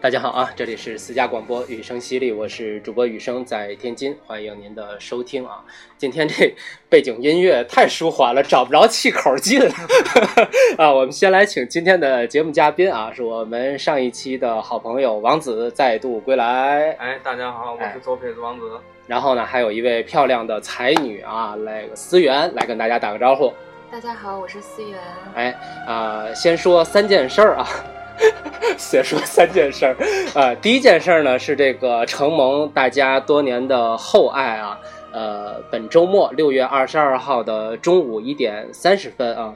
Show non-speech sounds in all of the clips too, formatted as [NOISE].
大家好啊，这里是私家广播雨声犀利，我是主播雨声，在天津，欢迎您的收听啊。今天这背景音乐太舒缓了，找不着气口进 [LAUGHS] 啊。我们先来请今天的节目嘉宾啊，是我们上一期的好朋友王子再度归来，哎，大家好，我是左撇子王子。然后呢，还有一位漂亮的才女啊，来个思源来跟大家打个招呼。大家好，我是思源。哎啊、先说三件事儿啊， [LAUGHS] 先说三件事儿。呃，第一件事儿呢是这个承蒙大家多年的厚爱啊，呃，本周末六月二十二号的中午一点三十分啊。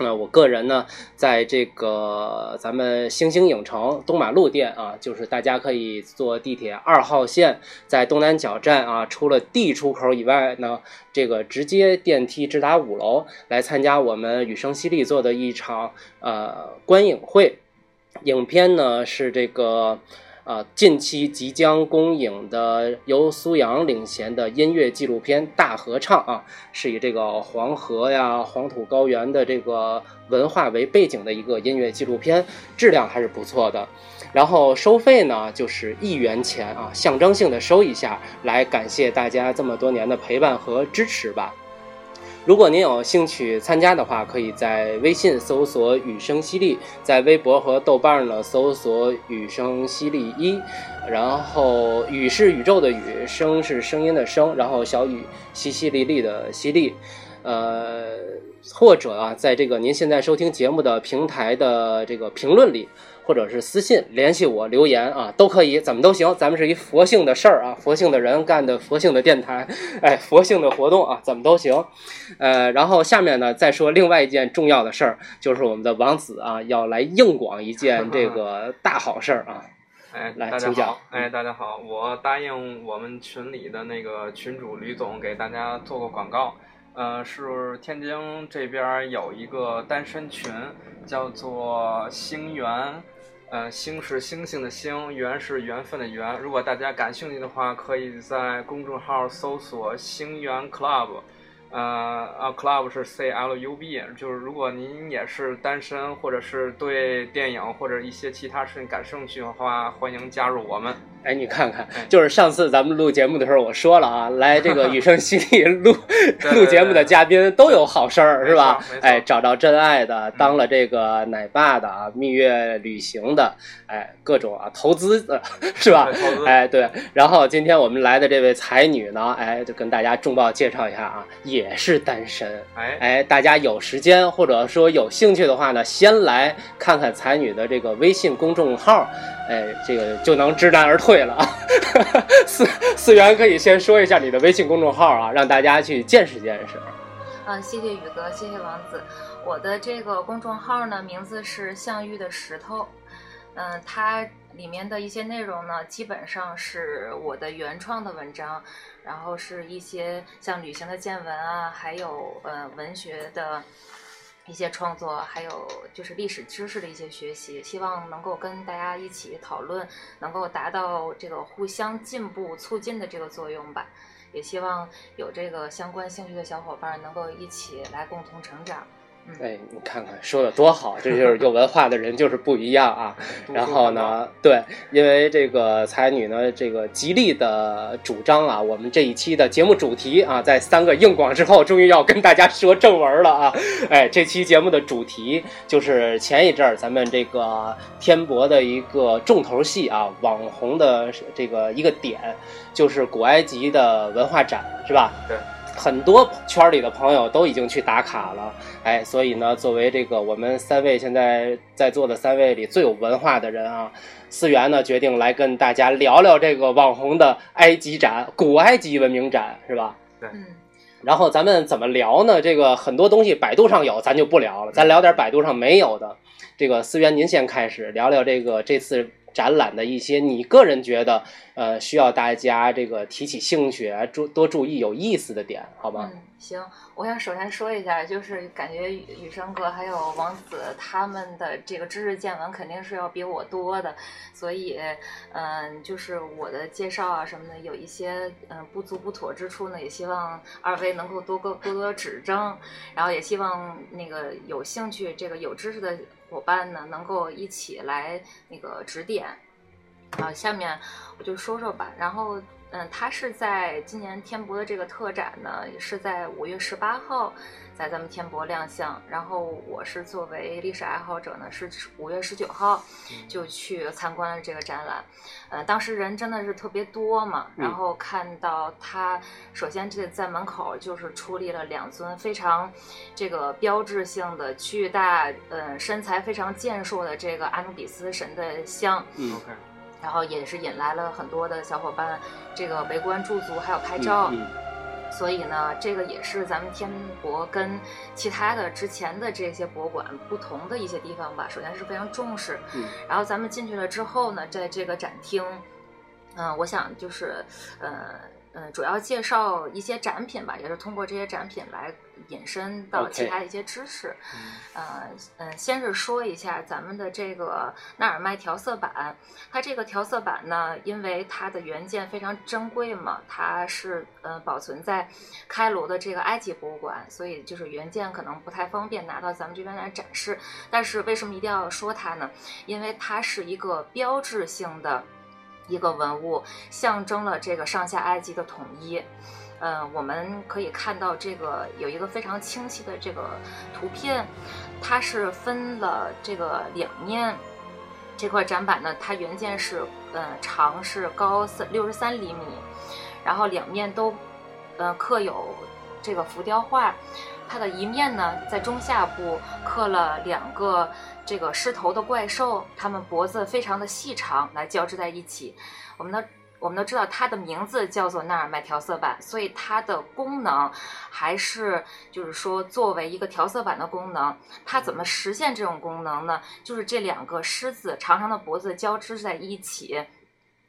那我个人呢，在这个咱们星星影城东马路店啊，就是大家可以坐地铁二号线，在东南角站啊，除了 D 出口以外呢，这个直接电梯直达五楼，来参加我们雨声犀利做的一场呃观影会。影片呢是这个呃近期即将公映的由苏阳领衔的音乐纪录片《大合唱》啊，是以这个黄河呀、黄土高原的这个文化为背景的一个音乐纪录片，质量还是不错的。然后收费呢，就是一元钱啊，象征性的收一下，来感谢大家这么多年的陪伴和支持吧。如果您有兴趣参加的话，可以在微信搜索“雨声犀利”，在微博和豆瓣呢搜索“雨声犀利一”，然后“雨”是宇宙的雨，声是声音的声，然后小雨淅淅沥沥的淅沥，呃，或者啊，在这个您现在收听节目的平台的这个评论里。或者是私信联系我留言啊，都可以，怎么都行。咱们是一佛性的事儿啊，佛性的人干的佛性的电台，哎，佛性的活动啊，怎么都行。呃，然后下面呢，再说另外一件重要的事儿，就是我们的王子啊，要来硬广一件这个大好事儿啊。哎，来大家请讲好，哎，大家好，我答应我们群里的那个群主吕总给大家做个广告。呃，是天津这边儿有一个单身群，叫做星缘，呃，星是星星的星，缘是缘分的缘。如果大家感兴趣的话，可以在公众号搜索“星缘 club”，呃啊，club 是 C L U B，就是如果您也是单身，或者是对电影或者一些其他事情感兴趣的话，欢迎加入我们。哎，你看看哎，就是上次咱们录节目的时候，我说了啊，来这 [LAUGHS] 个雨声犀利录对录节目的嘉宾都有好事儿，没错是吧没？错嗯哎，找到真爱的，当了这个奶爸的啊，蜜月旅行的，哎，各种啊投资的，是吧对投？资哎，对。然后今天我们来的这位才女呢，哎，就跟大家重磅介绍一下啊，也是单身。哎，哎，大家有时间或者说有兴趣的话呢，先来看看才女的这个微信公众号，哎，这个就能知难而退了 [LAUGHS] 啊。四四元可以先说一下你的微信公众号啊，让大家去见识见识。嗯，谢谢宇哥，谢谢王子。我的这个公众号呢，名字是相遇的石头。嗯、它里面的一些内容呢，基本上是我的原创的文章，然后是一些像旅行的见闻啊，还有呃文学的一些创作，还有就是历史知识的一些学习。希望能够跟大家一起讨论，能够达到这个互相进步、促进的这个作用吧。也希望有这个相关兴趣的小伙伴能够一起来共同成长。嗯，哎，你看看说的多好，这就是有文化的人就是不一样啊。读书然后广告？呢，对，因为这个才女呢，这个极力的主张啊，我们这一期的节目主题啊，在三个硬广之后，终于要跟大家说正文了啊！哎，这期节目的主题就是前一阵儿咱们这个天博的一个重头戏啊，网红的这个一个点，就是古埃及的文化展，是吧？对。很多圈儿里的朋友都已经去打卡了，哎，所以呢，作为这个我们三位现在在座的三位里最有文化的人啊，思源呢决定来跟大家聊聊这个网红的埃及展，古埃及文明展是吧？嗯，然后咱们怎么聊呢？这个很多东西百度上有，咱就不聊了，咱聊点百度上没有的。这个思源，您先开始聊聊这个这次展览的一些你个人觉得呃需要大家这个提起兴趣，注多注意有意思的点，好吗？嗯，行，我想首先说一下，就是感觉雨雨生哥还有王子他们的这个知识见闻肯定是要比我多的，所以，嗯，就是我的介绍啊什么的有一些嗯不足不妥之处呢，也希望二位能够多个多多指正，然后也希望那个有兴趣这个有知识的伙伴呢，能够一起来那个指点。好，下面我就说说吧。然后，嗯，它是在今年天博的这个特展呢，也是在五月十八号在咱们天博亮相。然后我是作为历史爱好者呢，是五月十九号就去参观了这个展览。呃，当时人真的是特别多嘛，然后看到它，首先这在门口就是矗立了两尊非常这个标志性的巨大，呃，身材非常健硕的这个阿努比斯神的像。嗯 OK，然后也是引来了很多的小伙伴这个围观驻足，还有拍照。嗯所以呢，这个也是咱们天博跟其他的之前的这些博物馆不同的一些地方吧。首先是非常重视，嗯然后咱们进去了之后呢，在这个展厅，嗯、我想就是，呃呃，主要介绍一些展品吧，也是通过这些展品来引申到 OK 其他的一些知识。嗯呃嗯，先是说一下咱们的这个纳尔迈调色板，它这个调色板呢，因为它的原件非常珍贵嘛，它是呃保存在开罗的这个埃及博物馆，所以就是原件可能不太方便拿到咱们这边来展示。但是为什么一定要说它呢？因为它是一个标志性的一个文物，象征了这个上下埃及的统一。呃，我们可以看到这个有一个非常清晰的这个图片，它是分了这个两面。这块展板呢，它原件是呃长是高三六十三厘米，然后两面都呃刻有这个浮雕画。它的一面呢，在中下部刻了两个这个狮头的怪兽，它们脖子非常的细长，来交织在一起。我们都我们都知道它的名字叫做纳尔迈调色板，所以它的功能还是就是说作为一个调色板的功能，它怎么实现这种功能呢？就是这两个狮子长长的脖子交织在一起，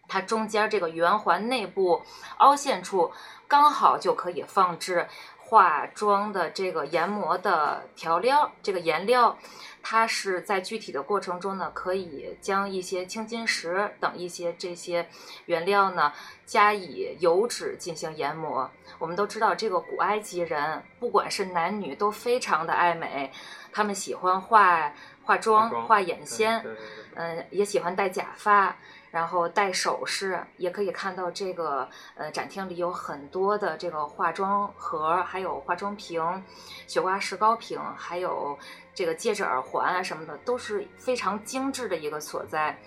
它中间这个圆环内部凹陷处刚好就可以放置化妆的这个研磨的调料，这个颜料。它是在具体的过程中呢，可以将一些青金石等一些这些原料呢，加以油脂进行研磨。我们都知道，这个古埃及人不管是男女都非常的爱美，他们喜欢化化妆、化妆画眼线，对对对对嗯，也喜欢戴假发，然后戴首饰，也可以看到这个呃展厅里有很多的这个化妆盒，还有化妆瓶、雪花石膏瓶，还有这个戒指、耳环啊什么的，都是非常精致的一个所在。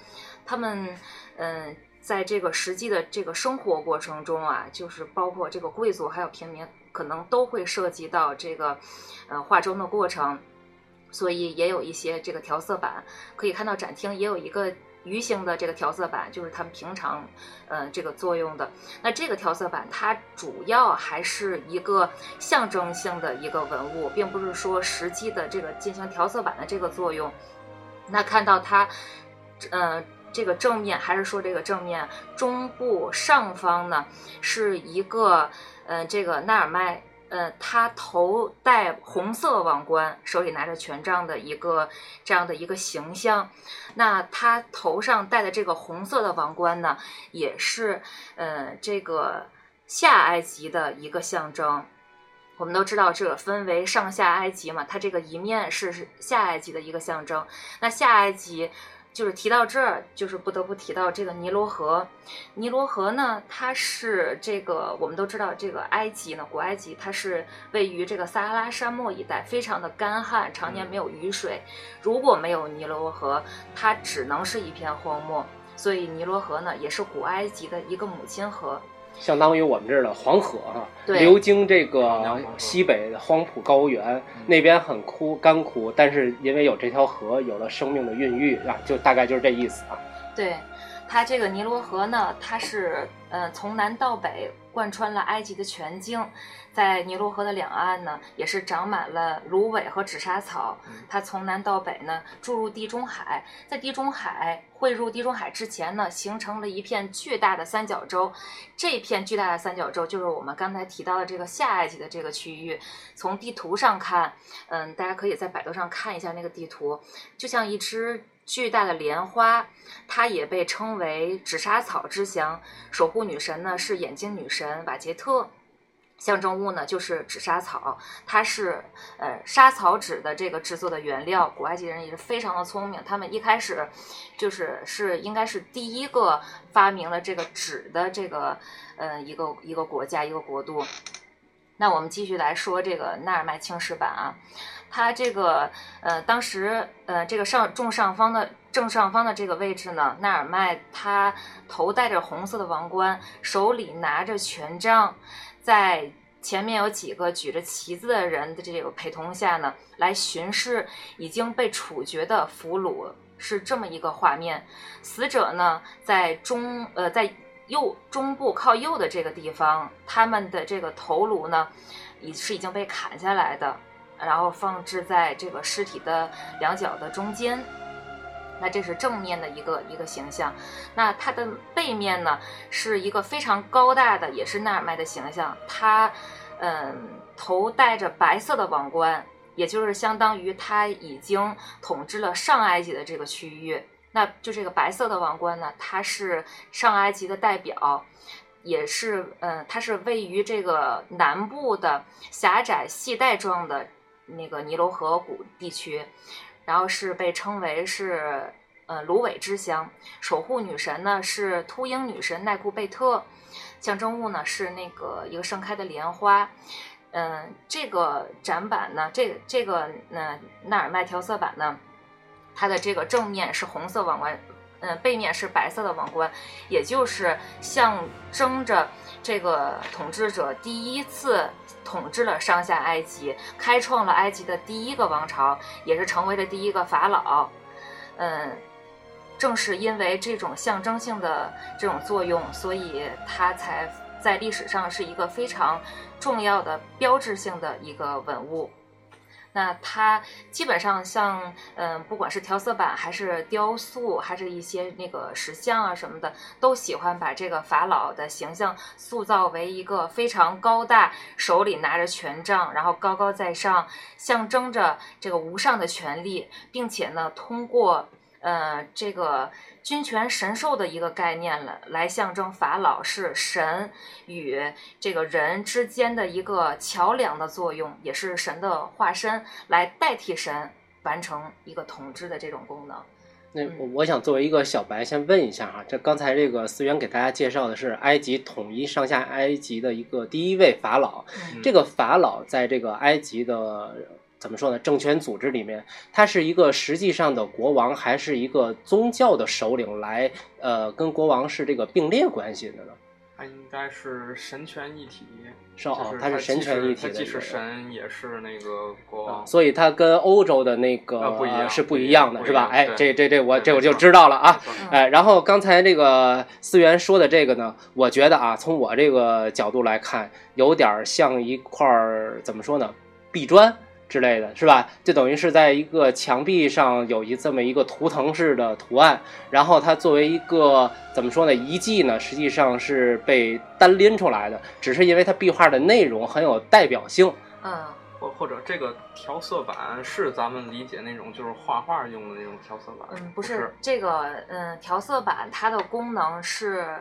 他们嗯、呃在这个实际的这个生活过程中啊，就是包括这个贵族还有平民，可能都会涉及到这个呃化妆的过程。所以也有一些这个调色板，可以看到展厅也有一个鱼形的这个调色板，就是他们平常呃这个作用的。那这个调色板它主要还是一个象征性的一个文物，并不是说实际的这个进行调色板的这个作用。那看到它，呃。这个正面还是说这个正面中部上方呢，是一个呃，这个纳尔迈，呃，他头戴红色王冠，手里拿着权杖的一个这样的一个形象。那他头上戴的这个红色的王冠呢，也是呃这个下埃及的一个象征。我们都知道这个分为上下埃及嘛，它这个一面是下埃及的一个象征，那下埃及就是提到这儿，就是不得不提到这个尼罗河。尼罗河呢，它是这个我们都知道，这个埃及呢，古埃及它是位于这个撒哈拉沙漠一带，非常的干旱，常年没有雨水。如果没有尼罗河，它只能是一片荒漠。所以尼罗河呢，也是古埃及的一个母亲河。相当于我们这儿的黄河啊，对流经这长江个黄河嗯西北的荒浦高原，那边很枯干枯，但是因为有这条河，有了生命的孕育啊，就大概就是这意思啊。对，它这个尼罗河呢，它是呃从南到北贯穿了埃及的全境，在尼罗河的两岸呢，也是长满了芦苇和纸莎草嗯。它从南到北呢，注入地中海，在地中海汇入地中海之前呢，形成了一片巨大的三角洲。这片巨大的三角洲就是我们刚才提到的这个下埃及的这个区域。从地图上看，嗯，大家可以在百度上看一下那个地图，就像一只巨大的莲花，它也被称为紫砂草之乡。守护女神呢是眼睛女神瓦杰特。象征物呢，就是纸莎草，它是呃莎草纸的这个制作的原料。古埃及人也是非常的聪明，他们一开始就是是应该是第一个发明了这个纸的这个呃一个一个国家一个国度。那我们继续来说这个纳尔迈青石板啊，它这个呃当时呃这个上正上方的正上方的这个位置呢，纳尔迈他头戴着红色的王冠，手里拿着权杖。在前面有几个举着旗子的人的这个陪同下呢，来巡视已经被处决的俘虏，是这么一个画面。死者呢，在中呃在右中部靠右的这个地方，他们的这个头颅呢，已是已经被砍下来的，然后放置在这个尸体的两脚的中间。那这是正面的一个一个形象，那它的背面呢是一个非常高大的，也是纳尔迈的形象。他，嗯，头戴着白色的王冠，也就是相当于他已经统治了上埃及的这个区域。那就这个白色的王冠呢，它是上埃及的代表，也是，嗯，它是位于这个南部的狭窄系带状的那个尼罗河谷地区。然后是被称为是呃芦苇之乡，守护女神呢是秃鹰女神奈库贝特，象征物呢是那个一个盛开的莲花。嗯、呃，这个展板呢，这个这个呃纳尔迈调色板呢，它的这个正面是红色王冠，嗯、呃，背面是白色的王冠，也就是象征着这个统治者第一次。统治了上下埃及，开创了埃及的第一个王朝，也是成为了第一个法老。嗯，正是因为这种象征性的这种作用，所以它才在历史上是一个非常重要的标志性的一个文物。那它基本上像，嗯，不管是调色板还是雕塑，还是一些那个石像啊什么的，都喜欢把这个法老的形象塑造为一个非常高大，手里拿着权杖，然后高高在上，象征着这个无上的权力，并且呢，通过呃这个君权神授的一个概念了，来象征法老是神与这个人之间的一个桥梁的作用，也是神的化身，来代替神完成一个统治的这种功能。那我我想作为一个小白，先问一下哈、这刚才这个思源给大家介绍的是埃及统一上下埃及的一个第一位法老，嗯这个法老在这个埃及的怎么说呢？政权组织里面，他是一个实际上的国王，还是一个宗教的首领来？呃，跟国王是这个并列关系的呢？它应该是神权一体，是哦就，他是是神既权是一体它的既一个是神也是那个国啊王。所以它跟欧洲的那个啊不一样呃是不不一一样样的，不是一吧？样哎，对这这这我对这我没就错知道了啊。没错嗯哎，然后刚才这个思源说的这个呢，我觉得啊，从我这个角度来看，有点儿像一块儿怎么说呢，壁砖之类的，是吧？就等于是在一个墙壁上有一这么一个图腾式的图案，然后它作为一个怎么说呢，遗迹呢，实际上是被单拎出来的，只是因为它壁画的内容很有代表性。嗯，或或者这个调色板是咱们理解那种就是画画用的那种调色板，嗯，不不是这个，嗯，调色板它的功能是，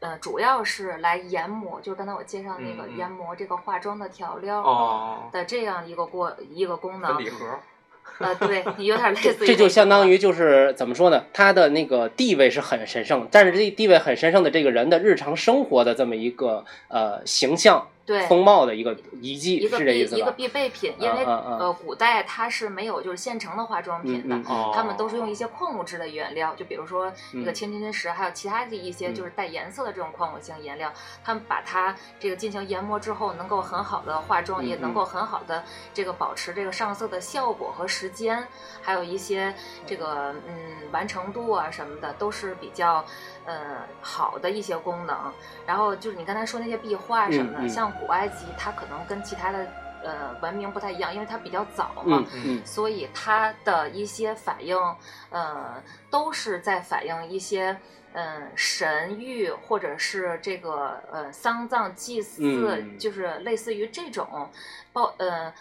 呃，主要是来研磨，就是刚才我介绍那个嗯嗯研磨这个化妆的调料哦，的这样一个过一个功粉能礼，盒，呃，对，有点 [LAUGHS] 类这似于这就相当于于就是怎么说呢？他的那个地位是很神圣，但是这地位很神圣的这个人的日常生活的这么一个呃形象、对风貌的一个遗迹，一个是这必意思一个吧？必备品，因为嗯嗯嗯呃，古代它是没有就是现成的化妆嗯品的嗯，嗯哦，他们都是用一些矿物质的原料，就比如说那个嗯千金石，还有其他的一些嗯就是带颜色的这种矿物性颜料，他们把它这个进行研磨之后，能够很好的化嗯妆，也能够很好的这个保持这个上色的效果和时间，还有一些这个嗯完成度啊什么的，都是比较呃好的一些功能。然后就是你刚才说那些壁画什么的，嗯嗯像古埃及，它可能跟其他的呃文明不太一样，因为它比较早嘛，嗯嗯所以它的一些反应，呃，都是在反映一些，嗯、神谕或者是这个呃丧葬祭祀，嗯就是类似于这种，包呃，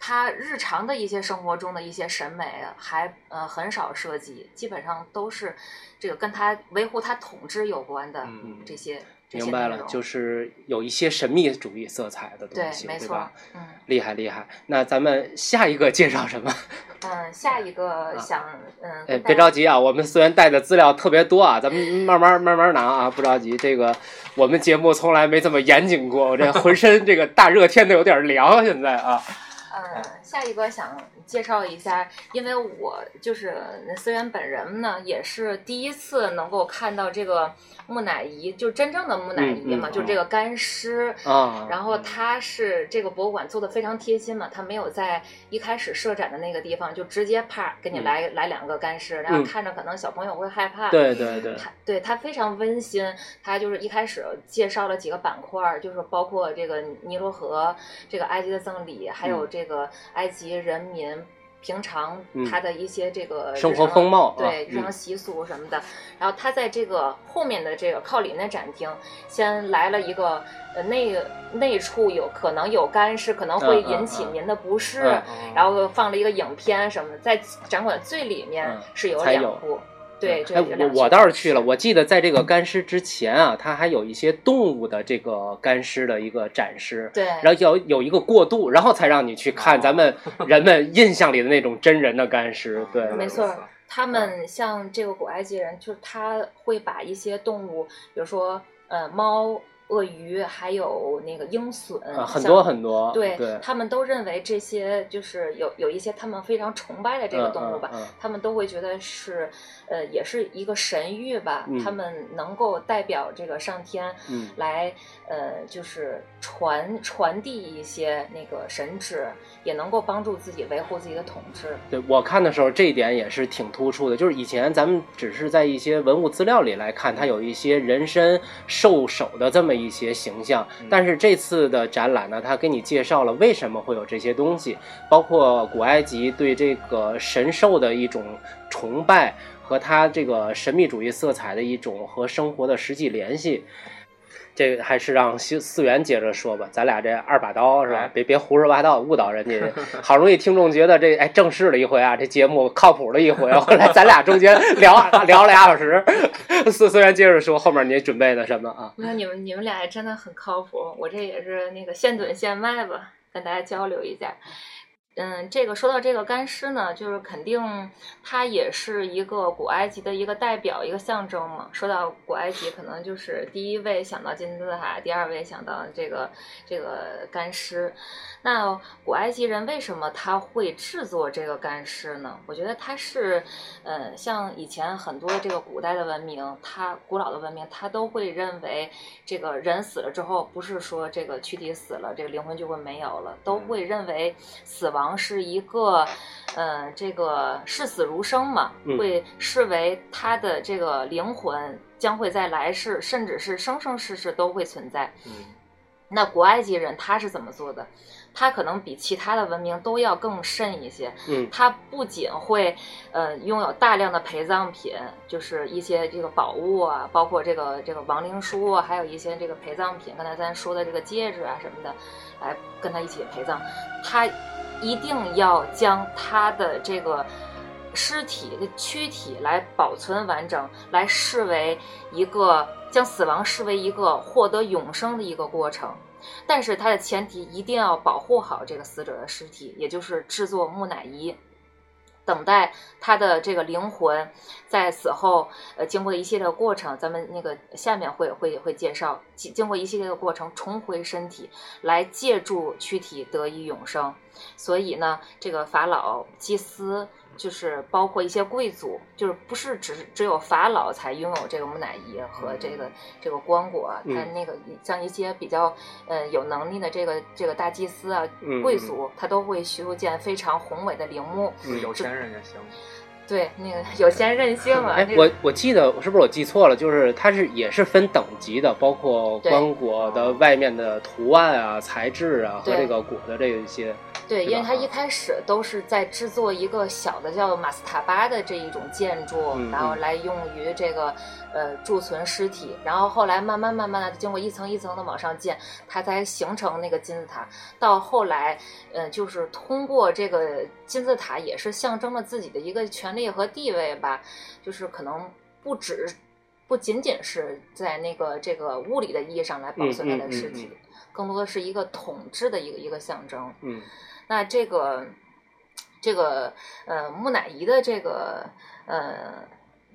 他日常的一些生活中的一些审美还呃很少涉及，基本上都是这个跟他维护他统治有关的嗯这些。这些明白内了，容就是有一些神秘主义色彩的对东，西，没对错吧？，嗯厉害厉害，那咱们下一个介绍什么？ [LAUGHS] 嗯，下一个啊想嗯，哎，跟别大家着急啊，我们虽然带的资料特别多啊，咱们慢慢慢慢拿啊，不着急。这个我们节目从来没这么严谨过，我这浑身这个大热天的有点凉，现在啊，呃，下一个想介绍一下，因为我就是思源本人呢，也是第一次能够看到这个木乃伊，就真正的木乃伊嘛，嗯嗯就这个干尸。啊，然后它是这个博物馆做的非常贴心嘛，它没有在一开始设展的那个地方就直接啪给你嗯来、来两个干尸，然后嗯看着可能小朋友会害怕。对对对，它对它非常温馨，它就是一开始介绍了几个板块儿，就是包括这个尼罗河、这个埃及的赠礼，还有这个埃及人民平常嗯他的一些这个日生活常风貌啊对嗯日常习俗什么的。然后他在这个后面的这个靠里那展厅，先来了一个呃内内处有可能有干尸，可能会嗯嗯引起嗯您的不适。嗯然后放了一个影片什么的，在展馆最里面嗯是有才两有部，对，这哎，有两我我区倒是去了，我记得在这个干尸之前啊，它还有一些动物的这个干尸的一个展示。对，然后有有一个过渡，然后才让你去看哦咱们人们印象里的那种真人的干尸嗯，对，哦没嗯错嗯他们像这个古埃及人，就是他会把一些动物，比如说呃猫、鳄鱼，还有那个鹰隼，啊很像多很多，对，对，他们都认为这些就是有有一些他们非常崇拜的这个动物吧，嗯，嗯嗯他们都会觉得是呃也是一个神谕吧，嗯他们能够代表这个上天嗯来呃就是传传递一些那个神旨，也能够帮助自己维护自己的统治。对我看的时候，这一点也是挺突出的。就是以前咱们只是在一些文物资料里来看，它有一些人身兽首的这么一些形象，嗯但是这次的展览呢，它给你介绍了为什么会有这些东西，包括古埃及对这个神兽的一种崇拜和它这个神秘主义色彩的一种和生活的实际联系。这个还是让思思源接着说吧，咱俩这二把刀是吧哎？别别胡说八道，误导人家。好容易听众觉得这哎正式了一回啊，这节目靠谱了一回。啊后来咱俩中间聊 [LAUGHS] 聊了俩小时，思思源接着说后面你准备的什么啊？那你们你们俩还真的很靠谱，我这也是那个现炖现卖吧，跟大家交流一下。嗯，这个说到这个干尸呢，就是肯定它也是一个古埃及的一个代表，一个象征嘛。说到古埃及，可能就是第一位想到金字塔，第二位想到这个这个干尸。那古埃及人为什么他会制作这个干尸呢？我觉得它是，呃，像以前很多这个古代的文明，它古老的文明，它都会认为这个人死了之后，不是说这个躯体死了，这个灵魂就会没有了，都会认为死亡是一个，呃，这个视死如生嘛，嗯会视为他的这个灵魂将会在来世，甚至是生生世世都会存在。嗯那古埃及人他是怎么做的？他可能比其他的文明都要更甚一些。嗯他不仅会呃拥有大量的陪葬品，就是一些这个宝物啊，包括这个这个亡灵书啊，还有一些这个陪葬品，刚才咱说的这个戒指啊什么的，来跟他一起陪葬。他一定要将他的这个尸体的躯体来保存完整，来视为一个将死亡视为一个获得永生的一个过程。但是它的前提一定要保护好这个死者的尸体，也就是制作木乃伊，等待他的这个灵魂在死后，呃，经过一系列的过程，咱们那个下面会会会介绍，经经过一系列的过程重回身体，来借助躯体得以永生。所以呢，这个法老祭司。就是包括一些贵族，就是不是只是只有法老才拥有这个木乃伊和这个这个棺椁啊，嗯他那个像一些比较呃有能力的这个这个大祭司啊、嗯贵族，他都会修建非常宏伟的陵墓。嗯有钱人也行，对，那个有钱任性啊， [LAUGHS] 哎那，我个我记得是不是我记错了？就是它是也是分等级的，包括对棺椁的外面的图案啊、材质啊和对这个椁的这一些。对，是因为吧他一开始都是在制作一个小的叫马斯塔巴的这一种建筑，嗯然后来用于这个呃贮存尸体，然后后来慢慢慢慢的经过一层一层的往上建，它才形成那个金字塔。到后来，呃，就是通过这个金字塔也是象征了自己的一个权利和地位吧，就是可能不止不仅仅是在那个这个物理的意义上来保存它的尸体，嗯嗯更多的是一个统治的一个一个象征。嗯那这个这个呃木乃伊的这个呃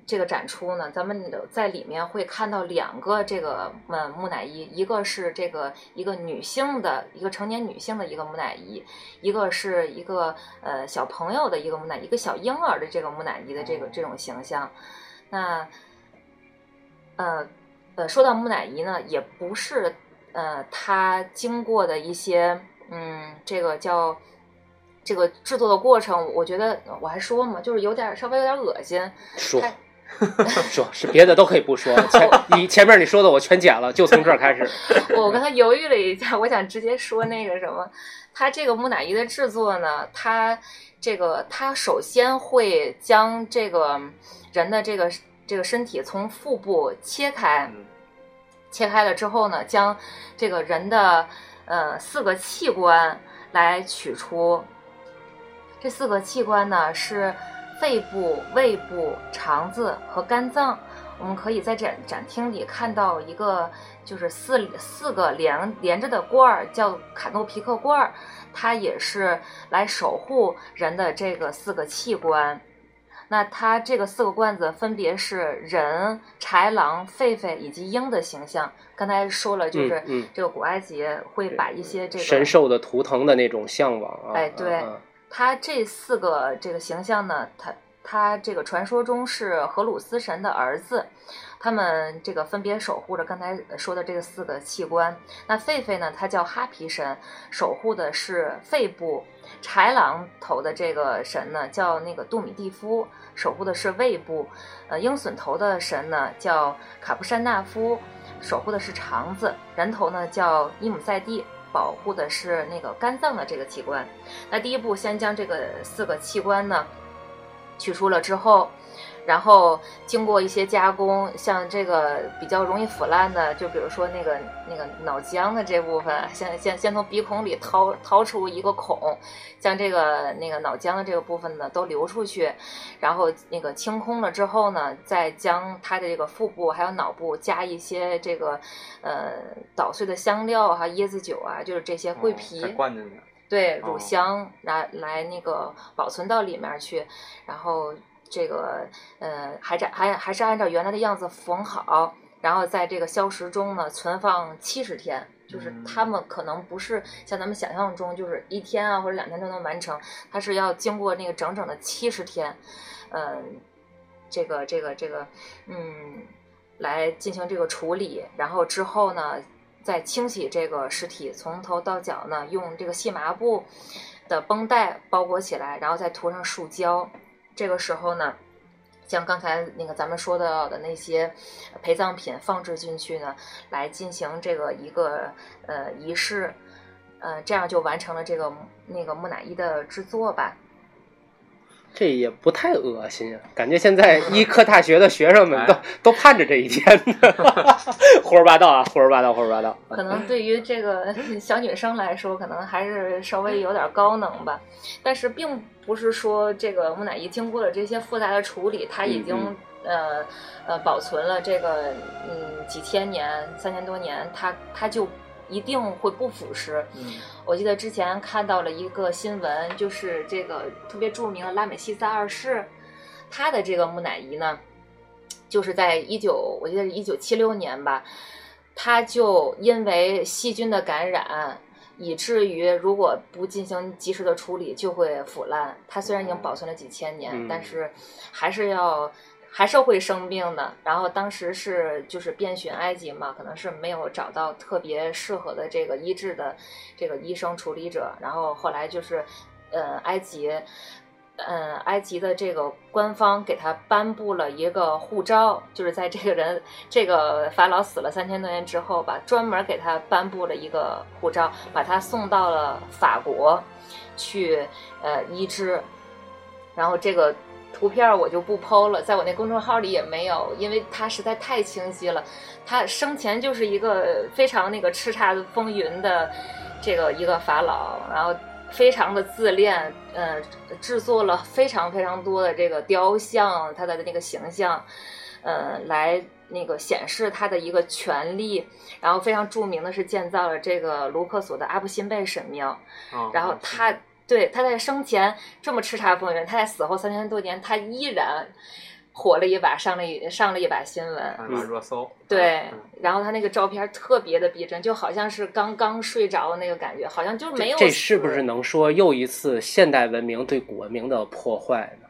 这个展出呢，咱们在里面会看到两个这个呃木乃伊，一个是这个一个女性的一个成年女性的一个木乃伊，一个是一个呃小朋友的一个木乃伊，一个小婴儿的这个木乃伊的这个这种形象。那呃呃，说到木乃伊呢，也不是呃它经过的一些嗯这个叫这个制作的过程，我觉得我还说嘛，就是有点稍微有点恶心。说太 [LAUGHS] 说是别的都可以不 [LAUGHS] 说，前你前面你说的我全剪了，就从这儿开始。我刚才犹豫了一下，我想直接说那个什么，它这个木乃伊的制作呢，它这个它首先会将这个人的这个这个身体从腹部切开，嗯切开了之后呢，将这个人的呃四个器官来取出。这四个器官呢是肺部、胃部、肠子和肝脏。我们可以在展展厅里看到一个就是四四个连连着的罐儿，叫卡诺皮克罐儿，它也是来守护人的这个四个器官。那它这个四个罐子分别是人、豺狼、狒狒以及鹰的形象。刚才说了，就是嗯嗯这个古埃及会把一 [LAUGHS] 些这个神兽的图腾的那种向往啊，哎对嗯嗯他这四个这个形象呢，他他这个传说中是荷鲁斯神的儿子，他们这个分别守护着刚才说的这个四个器官。那狒狒呢，它叫哈皮神，守护的是肺部；豺狼头的这个神呢，叫那个杜米蒂夫，守护的是胃部；呃，鹰隼头的神呢，叫卡布山纳夫，守护的是肠子；人头呢，叫伊姆塞蒂。保护的是那个肝脏的这个器官，那第一步先将这个四个器官呢取出了之后，然后经过一些加工，像这个比较容易腐烂的，就比如说那个那个脑浆的这部分，先先先从鼻孔里掏掏出一个孔，将这个那个脑浆的这个部分呢都流出去，然后那个清空了之后呢，再将它的这个腹部还有脑部加一些这个呃捣碎的香料啊、椰子酒啊，就是这些桂哦皮。再灌进去。对乳哦香来来那个保存到里面去，然后这个呃还是还还是按照原来的样子缝好，然后在这个消食中呢存放七十天。就是嗯他们可能不是像咱们想象中，就是一天啊或者两天就能完成，它是要经过那个整整的七十天，嗯、这个这个这个，嗯，来进行这个处理，然后之后呢，再清洗这个尸体，从头到脚呢，用这个细麻布的绷带包裹起来，然后再涂上塑胶。这个时候呢，将刚才那个咱们说到的那些陪葬品放置进去呢，来进行这个一个呃仪式，呃，这样就完成了这个那个木乃伊的制作吧。这也不太恶心啊，感觉现在医科大学的学生们都、都盼着这一天呢。胡说八道啊，胡说八道，胡说八道。可能对于这个 [LAUGHS] 小女生来说，可能还是稍微有点高能吧。但是并不是说这个木乃伊经过了这些复杂的处理，它已经、嗯呃呃保存了这个嗯几千年、三千多年，它它就一定会不腐蚀。嗯，我记得之前看到了一个新闻，就是这个特别著名的拉美西斯二世，他的这个木乃伊呢，就是在一九，我记得是一九七六年吧，他就因为细菌的感染，以至于如果不进行及时的处理，就会腐烂。它虽然已经保存了几千年，嗯但是还是要。还是会生病的。然后当时是就是遍寻埃及嘛，可能是没有找到特别适合的这个医治的这个医生处理者。然后后来就是，呃，埃及，呃，埃及的这个官方给他颁布了一个护照，就是在这个人这个法老死了三千多年之后吧，专门给他颁布了一个护照，把他送到了法国去呃医治。然后这个图片儿我就不剖了，在我那公众号里也没有，因为他实在太清晰了。他生前就是一个非常那个叱咤风云的这个一个法老，然后非常的自恋，呃，制作了非常非常多的这个雕像，他的那个形象，呃，来那个显示他的一个权利。然后非常著名的是建造了这个卢克索的阿布辛贝神庙，嗯然后哦嗯他对他在生前这么叱咤风云，他在死后三千多年，他依然火了一把，上了一上了一把新闻。啊看看热搜，对嗯，然后他那个照片特别的逼真，就好像是刚刚睡着那个感觉，好像就没有这死是不是能说又一次现代文明对古文明的破坏呢？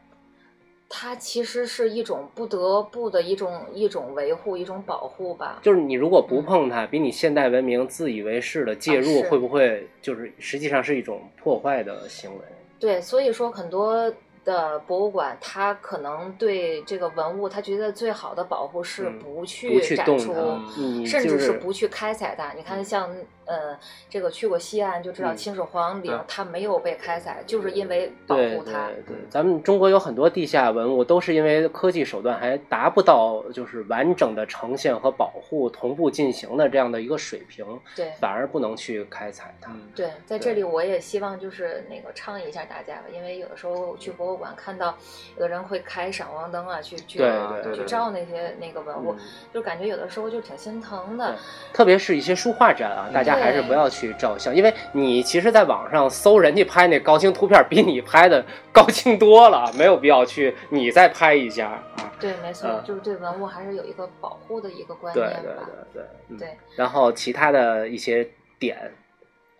它其实是一种不得不的一种一种维护、一种保护吧。就是你如果不碰它，比你现代文明自以为是的介入，嗯啊是会不会就是实际上是一种破坏的行为？对，所以说很多的博物馆，它可能对这个文物，它觉得最好的保护是嗯不不去去展动出，它，你嗯甚就至是不去开采它。你看像，呃，这个去过西岸就知道嗯秦始皇陵对，它没有被开采，就是因为保对护对它。对，咱们中国有很多地下文物，都是因为科技手段还达不到就是完整的呈现和保护同步进行的这样的一个水平，对反而不能去开采它。嗯对，对在这里我也希望就是那个倡议一下大家吧，因为有的时候去博物馆看到有的人会开闪光灯啊，去去对对对去对照那些那个文物，嗯就感觉有的时候就挺心疼的。特别是一些书画展啊，嗯大家还是不要去照相，因为你其实在网上搜人家拍那高清图片，比你拍的高清多了，没有必要去你再拍一下啊。对，没错，嗯就是对文物还是有一个保护的一个观对念对吧。对对，嗯对然后其他的一些点，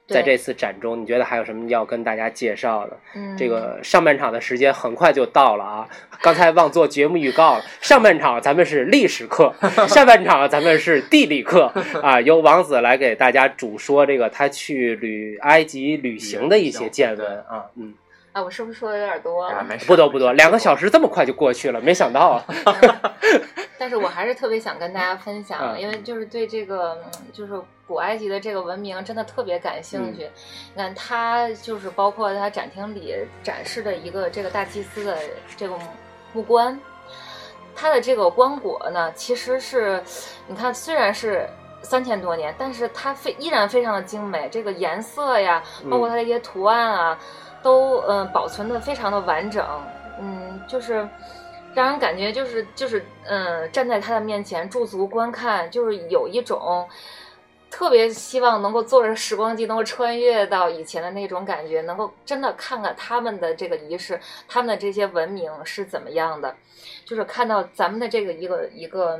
在这对次展中，你觉得还有什么要跟大家介绍的？嗯，这个上半场的时间很快就到了啊， [LAUGHS] 刚才忘做节目预告了。上半场咱们是历史 [LAUGHS] 课，下半场咱们是地理课啊，由王子来给大家主说这个他去旅埃及旅行的一些见闻啊，嗯，啊，我是不是说的有点多哎了？没事不多不 [LAUGHS] 多，没事两个小时这么快就过去了，没想到啊，但是我还是特别想跟大家分享，嗯因为就是对这个嗯就是古埃及的这个文明真的特别感嗯兴趣。你看，它就是包括它展厅里展示的一个这个大祭司的这个木棺，它的这个棺椁呢，其实是你看虽然是。三千多年，但是它非依然非常的精美，这个颜色呀，嗯包括它的一些图案啊，都嗯、呃保存的非常的完整，嗯，就是让人感觉就是就是嗯、呃站在他的面前驻足观看，就是有一种特别希望能够坐着时光机能够穿越到以前的那种感觉，能够真的看看他们的这个仪式，他们的这些文明是怎么样的，就是看到咱们的这个一个一个。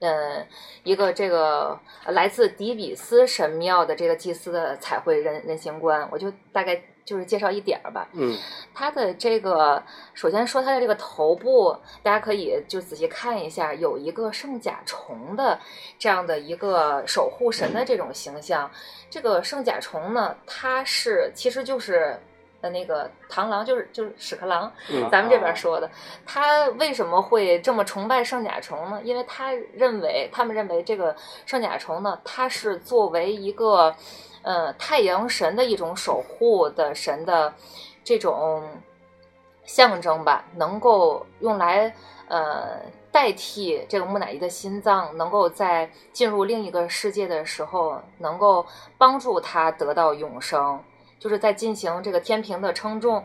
呃，一个这个呃来自底比斯神庙的这个祭司的彩绘人人形观，我就大概就是介绍一点儿吧。嗯它的这个，首先说它的这个头部，大家可以就仔细看一下，有一个圣甲虫的这样的一个守护神的这种形象。这个圣甲虫呢，它是其实就是呃那个螳螂，就是就是屎壳郎，嗯咱们这啊边说的。他为什么会这么崇拜圣甲虫呢？因为他认为，他们认为这个圣甲虫呢，它是作为一个呃太阳神的一种守护的神的这种象征吧，能够用来呃代替这个木乃伊的心脏，能够在进入另一个世界的时候，能够帮助他得到永生。就是在进行这个天平的称重，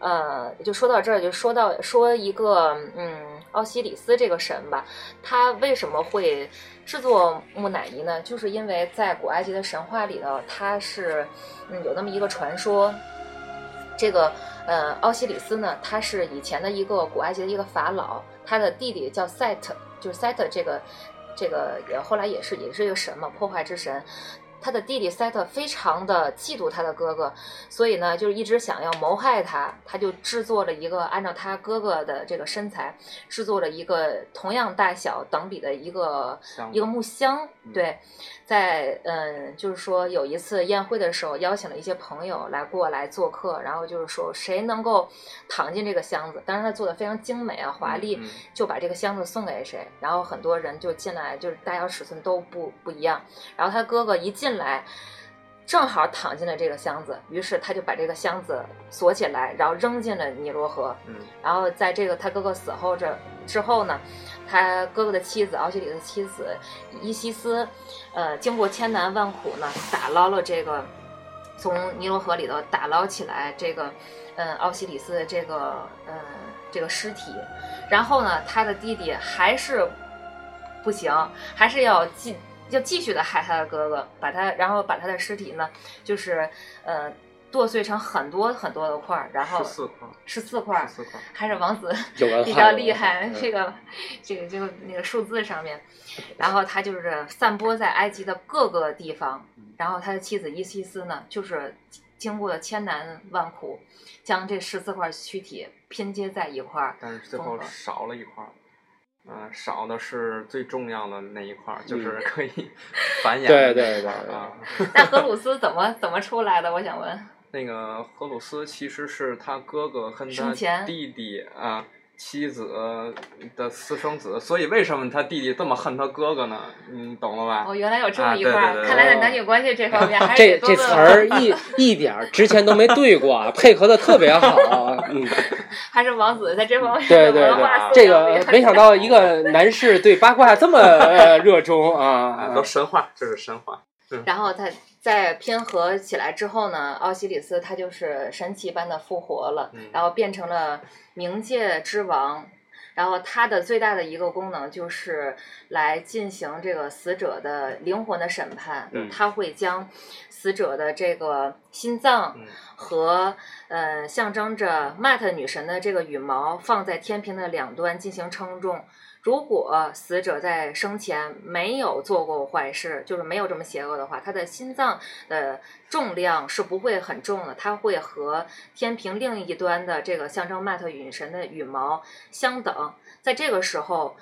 呃，就说到这儿，就说到说一个嗯，奥西里斯这个神吧，他为什么会制作木乃伊呢？就是因为在古埃及的神话里头，他是嗯有那么一个传说，这个呃奥西里斯呢，他是以前的一个古埃及的一个法老，他的弟弟叫赛特，就是赛特这个这个也后来也是也是一个神嘛，破坏之神。他的弟弟赛特非常的嫉妒他的哥哥，所以呢，就是一直想要谋害他，他就制作了一个按照他哥哥的这个身材制作了一个同样大小等比的一个像一个木箱嗯。对，在嗯，就是说有一次宴会的时候，邀请了一些朋友来过来做客，然后就是说谁能够躺进这个箱子，当然它做的非常精美啊，华丽，嗯嗯就把这个箱子送给谁。然后很多人就进来，就是大小尺寸都不不一样。然后他哥哥一进来。正好躺进了这个箱子，于是他就把这个箱子锁起来，然后扔进了尼罗河。嗯然后在这个他哥哥死后这之后呢，他哥哥的妻子奥西里的妻子伊西斯，呃，经过千难万苦呢，打捞了这个从尼罗河里头打捞起来这个，嗯、奥西里斯的这个呃这个尸体，然后呢，他的弟弟还是不行，还是要继要继续的害他的哥哥，把他然后把他的尸体呢，就是呃剁碎成很多很多的块儿，然后十四块儿，十四块儿十，四块儿。还是王子有呃文化 [LAUGHS] 比有较文厉化害嗯，这个这个这个那个数字上面，然后他就是散播在埃及的各个地方，嗯然后他的妻子伊西斯呢，就是经过了千难万苦，将这十四块躯体拼接在一块儿，但是最疯后了少了一块儿，嗯、少的是最重要的那一块儿，嗯 [LAUGHS] 就是可以 [LAUGHS] 繁衍对的对那对一块儿啊。那荷鲁斯怎么怎么出来的？我想问，那个荷鲁斯其实是他哥哥和生他前弟弟啊。妻子的私生子，所以为什么他弟弟这么恨他哥哥呢？你懂了吧？哦，原来有这啊么一对块儿，对对看来在哦男女关系这方哎面还是这得多这问词啊问儿一一点儿之前都没对过，啊，配合的特别好啊。 [LAUGHS] 嗯，哎还是王子在这方面对的对对文啊化，素这养个比较没想到一个男士对八卦这么呃热衷啊啊，。都神话，这是神话。然后他再拼合起来之后呢，奥西里斯他就是神奇般的复活了，嗯然后变成了冥界之王。然后他的最大的一个功能就是来进行这个死者的灵魂的审判，嗯他会将死者的这个心脏嗯和呃象征着 Mat 女神的这个羽毛放在天平的两端进行称重，如果死者在生前没有做过坏事，就是没有这么邪恶的话，他的心脏的重量是不会很重的，它会和天平另一端的这个象征曼特女神的羽毛相等。在这个时候，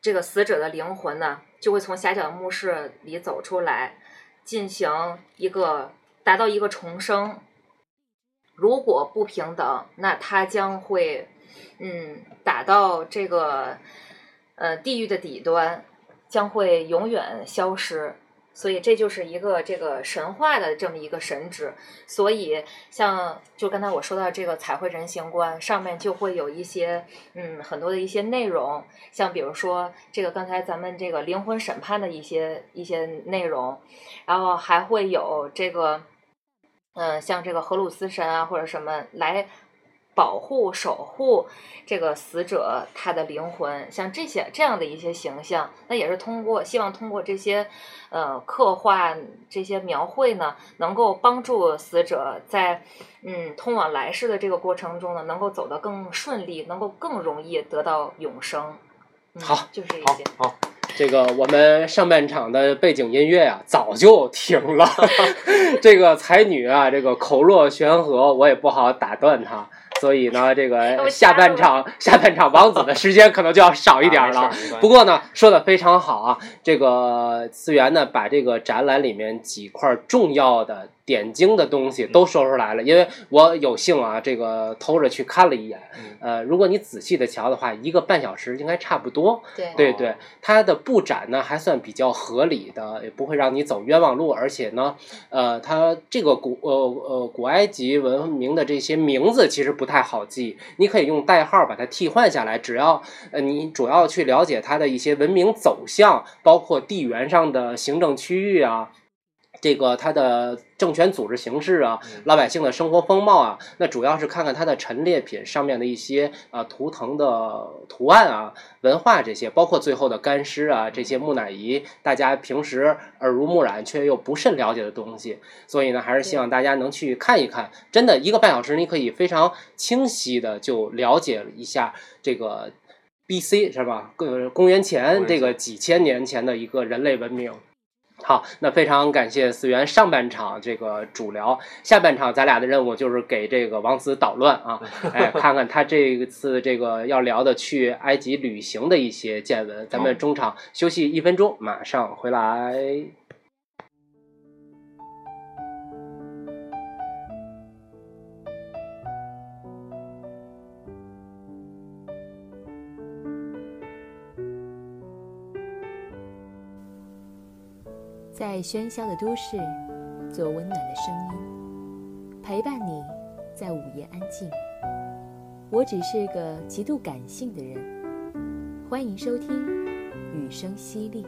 这个死者的灵魂呢，就会从狭小的墓室里走出来，进行一个达到一个重生。如果不平等，那他将会嗯，打到这个呃地狱的底端，将会永远消失。所以这就是一个这个神话的这么一个神旨。所以像就刚才我说到这个彩绘人形观上面就会有一些嗯很多的一些内容，像比如说这个刚才咱们这个灵魂审判的一些一些内容，然后还会有这个。嗯，像这个荷鲁斯神啊，或者什么来保护、守护这个死者他的灵魂，像这些这样的一些形象，那也是通过希望通过这些呃刻画、这些描绘呢，能够帮助死者在嗯通往来世的这个过程中呢，能够走得更顺利，能够更容易得到永生。嗯、好，就是这一好些。好，这个我们上半场的背景音乐啊，早就停了。 [LAUGHS] 这个才女啊，这个口若悬河，我也不好打断她。所以呢，这我个加下入半场下半场王子的时间可能就要少一点儿了啊。没事儿没关系不过呢，说的非常好啊。这个次元呢，把这个展览里面几块重要的点睛的东西都说出来了。因为我有幸啊，这个偷着去看了一眼。嗯呃，如果你仔细的瞧的话，一个半小时应该差不多。对对哦对，它的布展呢还算比较合理的，也不会让你走冤枉路，而且呢，呃，它这个古呃呃古埃及文明的这些名字其实不太好记，你可以用代号把它替换下来，只要呃你主要去了解它的一些文明走向，包括地缘上的行政区域啊。这个它的政权组织形式啊，嗯老百姓的生活风貌啊，那主要是看看它的陈列品上面的一些啊图腾的图案啊、文化这些，包括最后的干尸啊这些木乃伊，大家平时耳濡目染却又不甚了解的东西，所以呢，还是希望大家能去看一看。真的，一个半小时，你可以非常清晰的就了解一下这个 B.C. 是吧？呃，公元前这个几千年前的一个人类文明。好，那非常感谢思源上半场这个主聊，下半场咱俩的任务就是给这个王子捣乱啊，哎，看看他这一次这个要聊的去埃及旅行的一些见闻。咱们中场休息一分钟，马上回来。在喧嚣的都市，做温暖的声音，陪伴你在午夜安静。我只是个极度感性的人，欢迎收听《雨声淅沥》。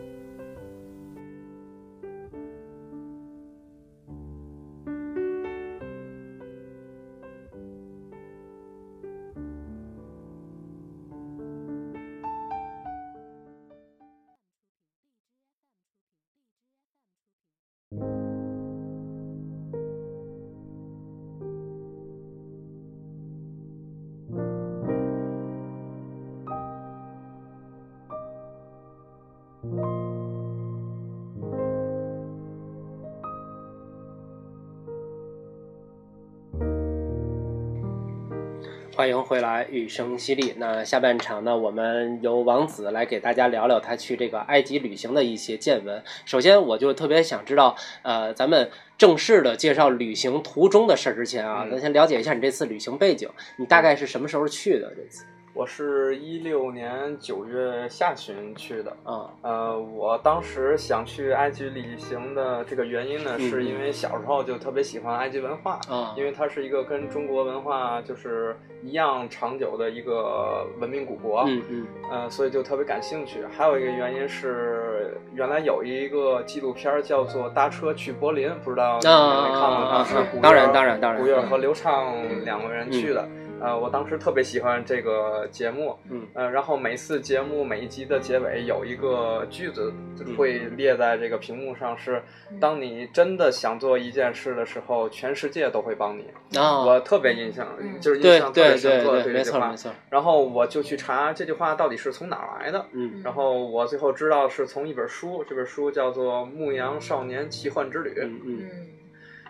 欢迎回来，雨声犀利。那下半场呢，我们由王子来给大家聊聊他去这个埃及旅行的一些见闻。首先，我就特别想知道，呃，咱们正式的介绍旅行途中的事儿之前啊，嗯咱先了解一下你这次旅行背景，你大概是什么时候去的这次？我是一六年九月下旬去的，啊，呃，我当时想去埃及旅行的这个原因呢，嗯是因为小时候就特别喜欢埃及文化，啊，因为它是一个跟中国文化就是一样长久的一个文明古国，嗯嗯呃，所以就特别感兴趣。还有一个原因是，原来有一个纪录片儿叫做《搭车去柏林》，不知道你们没看过？啊当时古月当然当然当然嗯古月和刘畅两个人去的。呃，我当时特别喜欢这个节目，嗯呃，然后每次节目每一集的结尾有一个句子嗯会列在这个屏幕上，是嗯当你真的想做一件事的时候，全世界都会帮你。啊，我特别印象，嗯就是印对象特别对深刻对对对，这没句错话没。错，然后我就去查这句话到底是从哪儿来的。嗯然后我最后知道是从一本书，这本书叫做《牧羊少年奇幻之旅》，嗯嗯嗯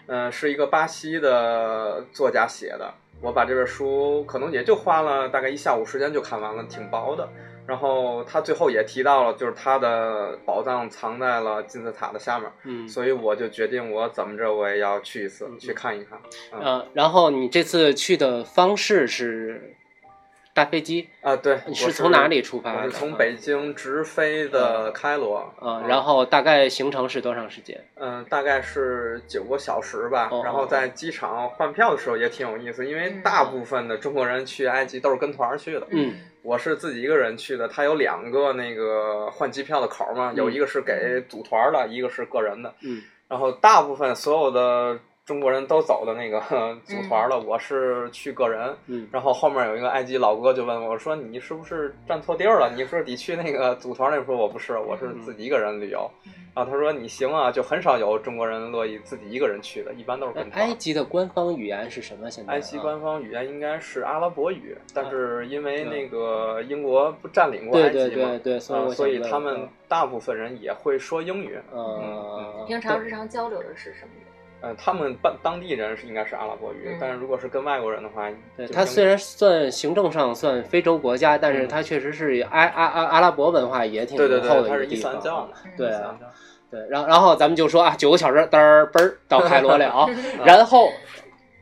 嗯、是一个巴西的作家写的。我把这本书可能也就花了大概一下午时间就看完了，挺薄的。然后他最后也提到了，就是他的宝藏藏在了金字塔的下面，嗯，所以我就决定我怎么着我也要去一次，嗯去看一看。呃，然后你这次去的方式是大飞机啊，对，你我是是从哪里出发的我是从北京直飞的开罗，啊，嗯然后大概行程是多长时间？嗯、大概是九个小时吧。哦然后在机场换票的时候也挺有意思，因为嗯大部分的中国人去埃及都是跟团儿去的，嗯我是自己一个人去的。它有两个那个换机票的口儿嘛，有一个是给组团儿的，一个是个人的。嗯然后大部分所有的中国人都走的那个 [LAUGHS] 呵组团儿了，我是去个人。嗯然后后面有一个埃及老哥就问我说：“你是不是站错地儿了？你是不是得去那个组团儿？”那时候我不是，我嗯是自己一个人旅游。然后他说：“你行啊，就很少有中国人乐意自己一个人去的，一般都是那跟团。”埃及的官方语言是什么？现在啊埃及官方语言应该是阿拉伯语，但是因为那个英国不占领过埃啊对及对嘛，对对，所以啊我所以想问嗯他们嗯大部分人也会说英语。呃，平常日常交流的是什么？呃，他们当当地人是应该是阿拉伯语，嗯但是如果是跟外国人的话，对就它英虽然算行政上算非洲国家，但是嗯它确实是阿阿阿阿拉伯文化也挺对对浓厚对，的它一个是伊地斯兰教方。嘛，对伊斯啊兰教对，然后然后咱们就说啊，九个小时嘚儿嘣儿到开罗 [LAUGHS] 了，啊然后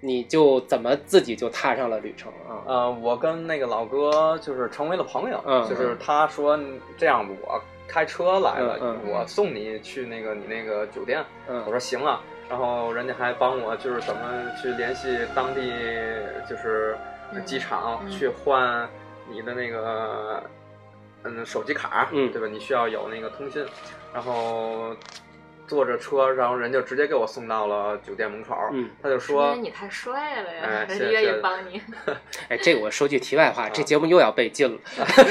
你就怎么自己就踏上了旅程啊？呃，我跟那个老哥就是成为了朋友，嗯就是他说这样吧，我开车来了，嗯嗯我送你去那个你那个酒店。我嗯说行啊，然后人家还帮我就是怎么去联系当地就是嗯机场、嗯去换你的那个嗯手机卡，嗯对吧？你需要有那个通信，然后坐着车，然后人就直接给我送到了酒店门口，嗯，他就说说明你太帅了呀， [LAUGHS] 哎人谢家谢愿意帮 [LAUGHS] 你。哎，这个我说句题外话，啊这节目又要被禁了。 [LAUGHS]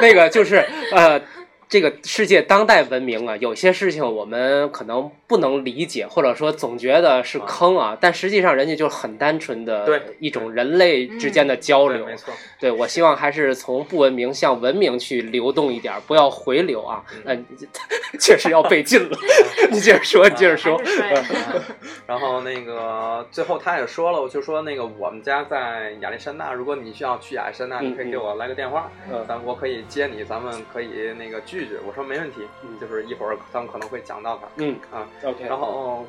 那个就是呃，这个世界当代文明啊，有些事情我们可能不能理解，或者说总觉得是坑啊，但实际上人家就是很单纯对的一种人类之间的交对，流。没错，对我希望还是从不文明向文明去流动一点儿，不要回流啊。嗯， [LAUGHS] 确实要被禁了。 [LAUGHS] 你接着说，你接着说还。是帅的，然后那个最后他也说了，我就说那个我们家在亚历山大，如果你需要去亚历山大，嗯你可以给我来个电话，嗯咱我可以接你，咱们可以那个聚聚。我说没问题，嗯就是一会儿咱们可能会讲到他。嗯啊，OK。然后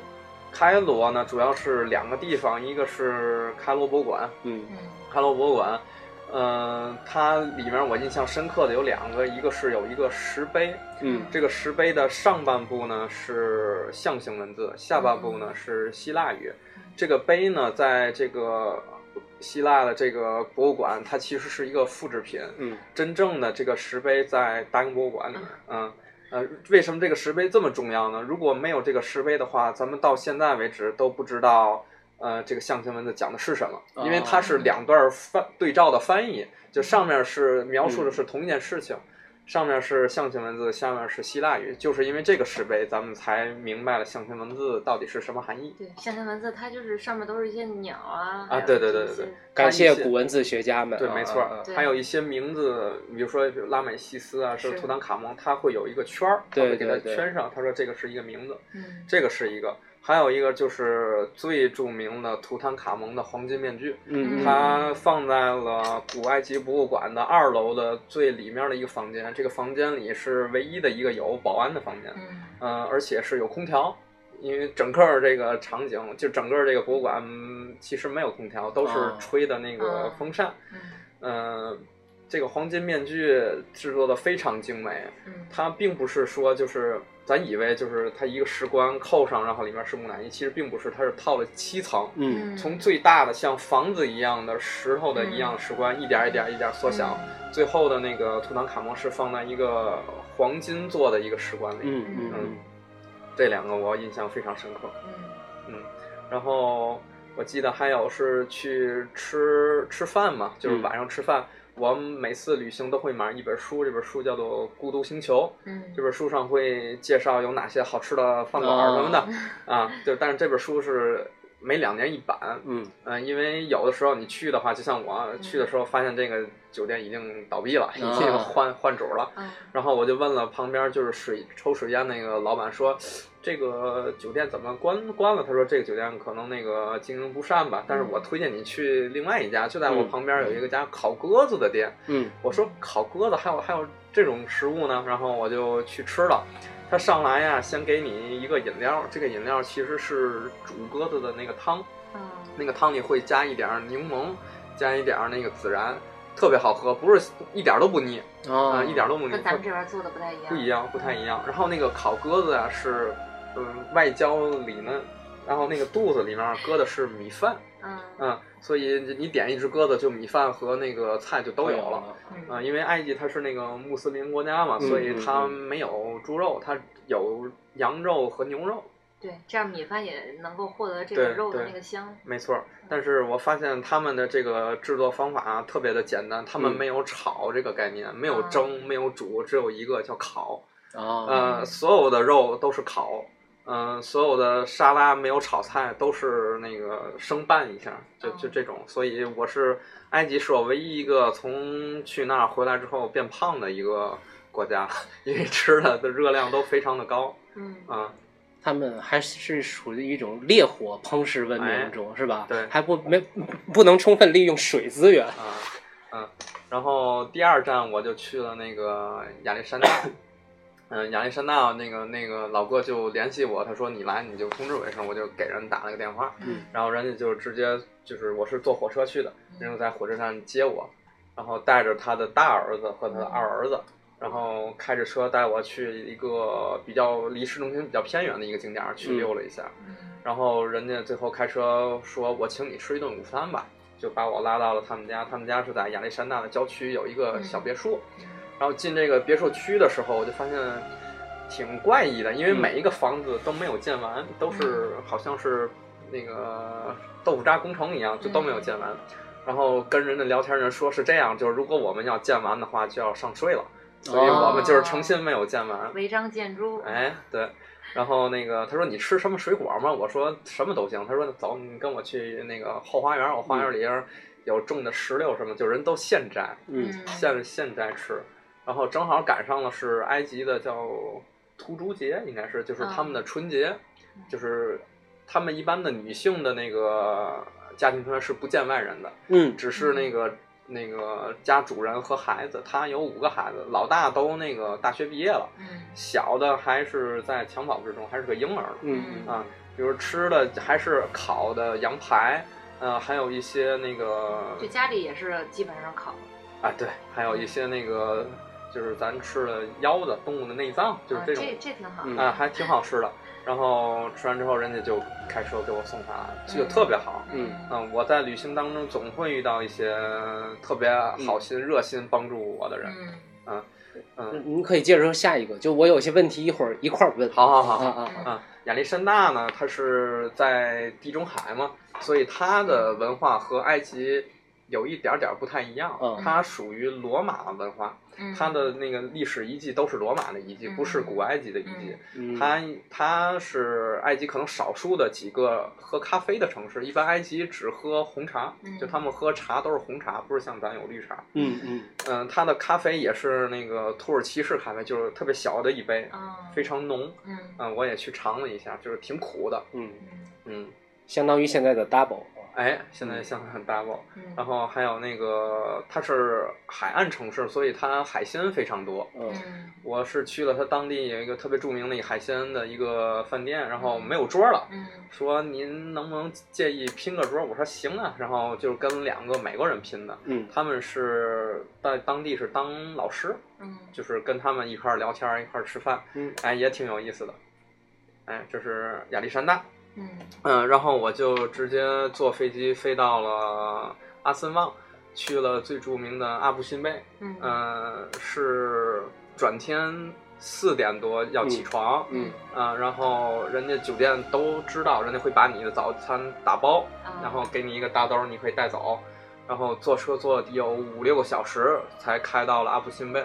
开罗呢，主要是两个地方，一个是开罗博物馆，嗯嗯开罗博物馆，嗯、它里面我印象深刻的有两个，一个是有一个石碑，嗯这个石碑的上半部呢是象形文字，下半部呢嗯是希腊语。这个碑呢，在这个希腊的这个博物馆，它其实是一个复制品。嗯真正的这个石碑在大英博物馆里面，嗯。呃，为什么这个石碑这么重要呢？如果没有这个石碑的话，咱们到现在为止都不知道，呃，这个象形文字讲的是什么，哦因为它是两段翻对照的翻译，就上面是描述的是同一件事情，上面是象形文字，下面是希腊语，就是因为这个石碑，咱们才明白了象形文字到底是什么含义。对，象形文字它就是上面都是一些鸟啊，啊还有对对对这些对对感它谢一些古文字学家们啊。对，没错啊啊儿，还有一些名字，比如说拉美西斯啊，是是图坦卡蒙，他会有一个圈儿，他对会给对它对圈上，他说这个是一个名字，嗯这个是一个。还有一个就是最著名的图坦卡蒙的黄金面具，嗯，嗯它放在了古埃及博物馆的二楼的最里面的一个房间。这个房间里是唯一的一个有保安的房间，嗯嗯、而且是有空调。因为整个这个场景，就整个这个博物馆，嗯其实没有空调，都是哦吹的那个哦风扇。嗯嗯，这个黄金面具制作的非常精美，嗯，它并不是说就是咱以为就是它一个石棺扣上，然后里面是木乃伊，其实并不是，它是套了七层，嗯，从最大的像房子一样的石头的一样的石棺，一点一点一点缩小，最后的那个图坦卡蒙是放在一个黄金做的一个石棺里，嗯嗯嗯这两个我印象非常深刻。嗯然后我记得还有是去吃吃饭嘛，就是晚上吃饭。我每次旅行都会买一本书，这本书叫做《孤独星球》。嗯，这本书上会介绍有哪些好吃的饭馆儿什么的、啊，对。但是这本书是每两年一版，嗯嗯、因为有的时候你去的话，就像我去的时候发现这个酒店已经倒闭了，已经啊换换主了。嗯然后我就问了旁边就是水抽水烟那个老板说，这个酒店怎么关关了？他说这个酒店可能那个经营不善吧，但是我推荐你去另外一家，就在我旁边有一个家烤鸽子的店。嗯我说烤鸽子还有还有这种食物呢，然后我就去吃了。他上来呀，先给你一个饮料，这个饮料其实是煮鸽子的那个汤，嗯那个汤里会加一点儿柠檬，加一点儿那个孜然，特别好喝，不是一点儿都不腻啊、啊一点儿都不腻。跟咱们这边做的不太一样，不一样，不太一样。然后那个烤鸽子啊是，嗯，外焦里嫩，然后那个肚子里面搁的是米饭，嗯嗯，所以你点一只鸽子，就米饭和那个菜就都有了。了，嗯啊、因为埃及它是那个穆斯林国家嘛，嗯所以它嗯没有猪肉，它有羊肉和牛肉，对，这样米饭也能够获得这个对肉的对那个香，没错儿。但是我发现他们的这个制作方法、啊特别的简单，他们嗯没有炒这个概念，没有啊蒸，没有煮，只有一个叫烤。啊呃，所有的肉都是烤，嗯、所有的沙拉没有炒菜，都是那个生拌一下，就就哦这种。所以我是埃及是我唯一一个从去那儿回来之后变胖的一个国家， [LAUGHS] 因为吃的的热量都非常的高嗯啊、他们还是属于一种烈火烹食文明中，是吧？哎对还不没不能充分利用水资源。啊嗯、然后第二站我就去了那个亚历山大。 [COUGHS] 嗯，亚历山大那个那个老哥就联系我，他说你来你就通知我一声，我就给人打了个电话。嗯然后人家就直接就是我是坐火车去的，人家在火车站接我，然后带着他的大儿子和他的二儿子，然后开着车带我去一个比较离市中心比较偏远的一个景点儿去溜了一下，嗯然后人家最后开车说我请你吃一顿午餐吧，就把我拉到了他们家，他们家是在亚历山大的郊区有一个小别墅，然后进这个别墅区的时候，我就发现挺怪异的，因为嗯每一个房子都没有建完，都是好像是那个豆腐渣工程一样，就都没有建完。然后跟人家聊天，人说是这样，就是如果我们要建完的话，就要上税了，所以我啊们就是诚心没有建完。嗯违章建筑，哎，对。然后那个他说你吃什么水果吗？我说什么都行。他说走，你跟我去那个后花园，我花园里边有种的石榴什么，就人都现摘。嗯现现摘吃，然后正好赶上了是埃及的叫屠猪节，应该是就是他嗯们的春节，就是他们一般的女性的那个家庭成员是不见外人的，嗯只是那个、那个家主人和孩子，他有五个孩子，老大都那个大学毕业了，嗯小的还是在襁褓之中，还是个婴儿。嗯啊，比如吃的还是烤的羊排，呃，还有一些那个就家里也是基本上烤，啊，对，还有一些那个就是咱吃的腰子，动物的内脏，就是啊这这种这挺好，嗯啊，还挺好吃的。然后吃完之后，人家就开车给我送上来，这个嗯特别好。嗯嗯，我在旅行当中总会遇到一些特别好心、热心帮助我的人。嗯嗯，您可以接着说下一个，就我有些问题一会儿一块儿问。好好啊好，啊嗯啊！啊，亚历山大呢，嗯它是在地中海嘛，所以它的文化和埃及有一点点不太一样嗯，它属于罗马文化，嗯它的那个历史遗迹都是罗马的遗迹，嗯不是古埃及的遗迹。嗯它它是埃及可能少数的几个喝咖啡的城市，一般埃及只喝红茶，嗯就他们喝茶都是红茶，不是像咱有绿茶。嗯嗯嗯、它的咖啡也是那个土耳其式咖啡，就是特别小的一杯，嗯非常浓。嗯嗯、我也去尝了一下，就是挺苦的。嗯，嗯嗯，相当于现在的 double 哎，现在像很 double。嗯然后还有那个，它是海岸城市，所以它海鲜非常多。嗯嗯我是去了它当地有一个特别著名的一个海鲜的一个饭店，然后没有桌了，嗯说您能不能介意拼个桌？我说行啊，然后就是跟两个美国人拼的，嗯他们是在当地是当老师，嗯就是跟他们一块儿聊天儿，一块儿吃饭，嗯哎，也挺有意思的。哎，这是亚历山大，嗯嗯，然后我就直接坐飞机飞到了阿森旺，去了最著名的阿布辛贝。嗯嗯，是转天四点多要起床，嗯嗯，然后人家酒店都知道，人家会把你的早餐打包，啊嗯然后给你一个大兜儿，你可以带走。然后坐车坐有五六个小时才开到了阿布辛贝。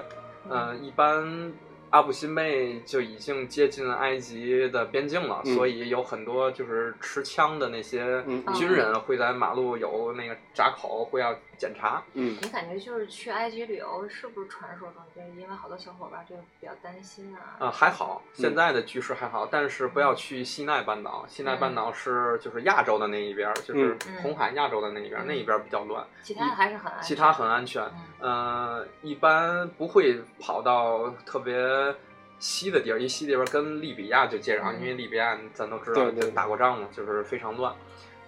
嗯，一般阿布辛贝就已经接近埃及的边境了，嗯所以有很多就是持枪的那些嗯军人会在马路有那个闸口会要检查。嗯你感觉就是去埃及旅游，是不是传说中就是因为好多小伙伴就比较担心啊？啊，还好，嗯现在的局势还好，但是不要去西奈半岛。西奈半岛是就是亚洲的那一边儿，就是嗯红海亚洲的那一边儿，嗯那一边儿比较乱，其他的嗯还是很嗯安全，其他很安全。呃，一般不会跑到特别西的地儿，因为西地方跟利比亚就接壤，嗯因为利比亚咱都知道对对对就打过仗嘛，就是非常乱。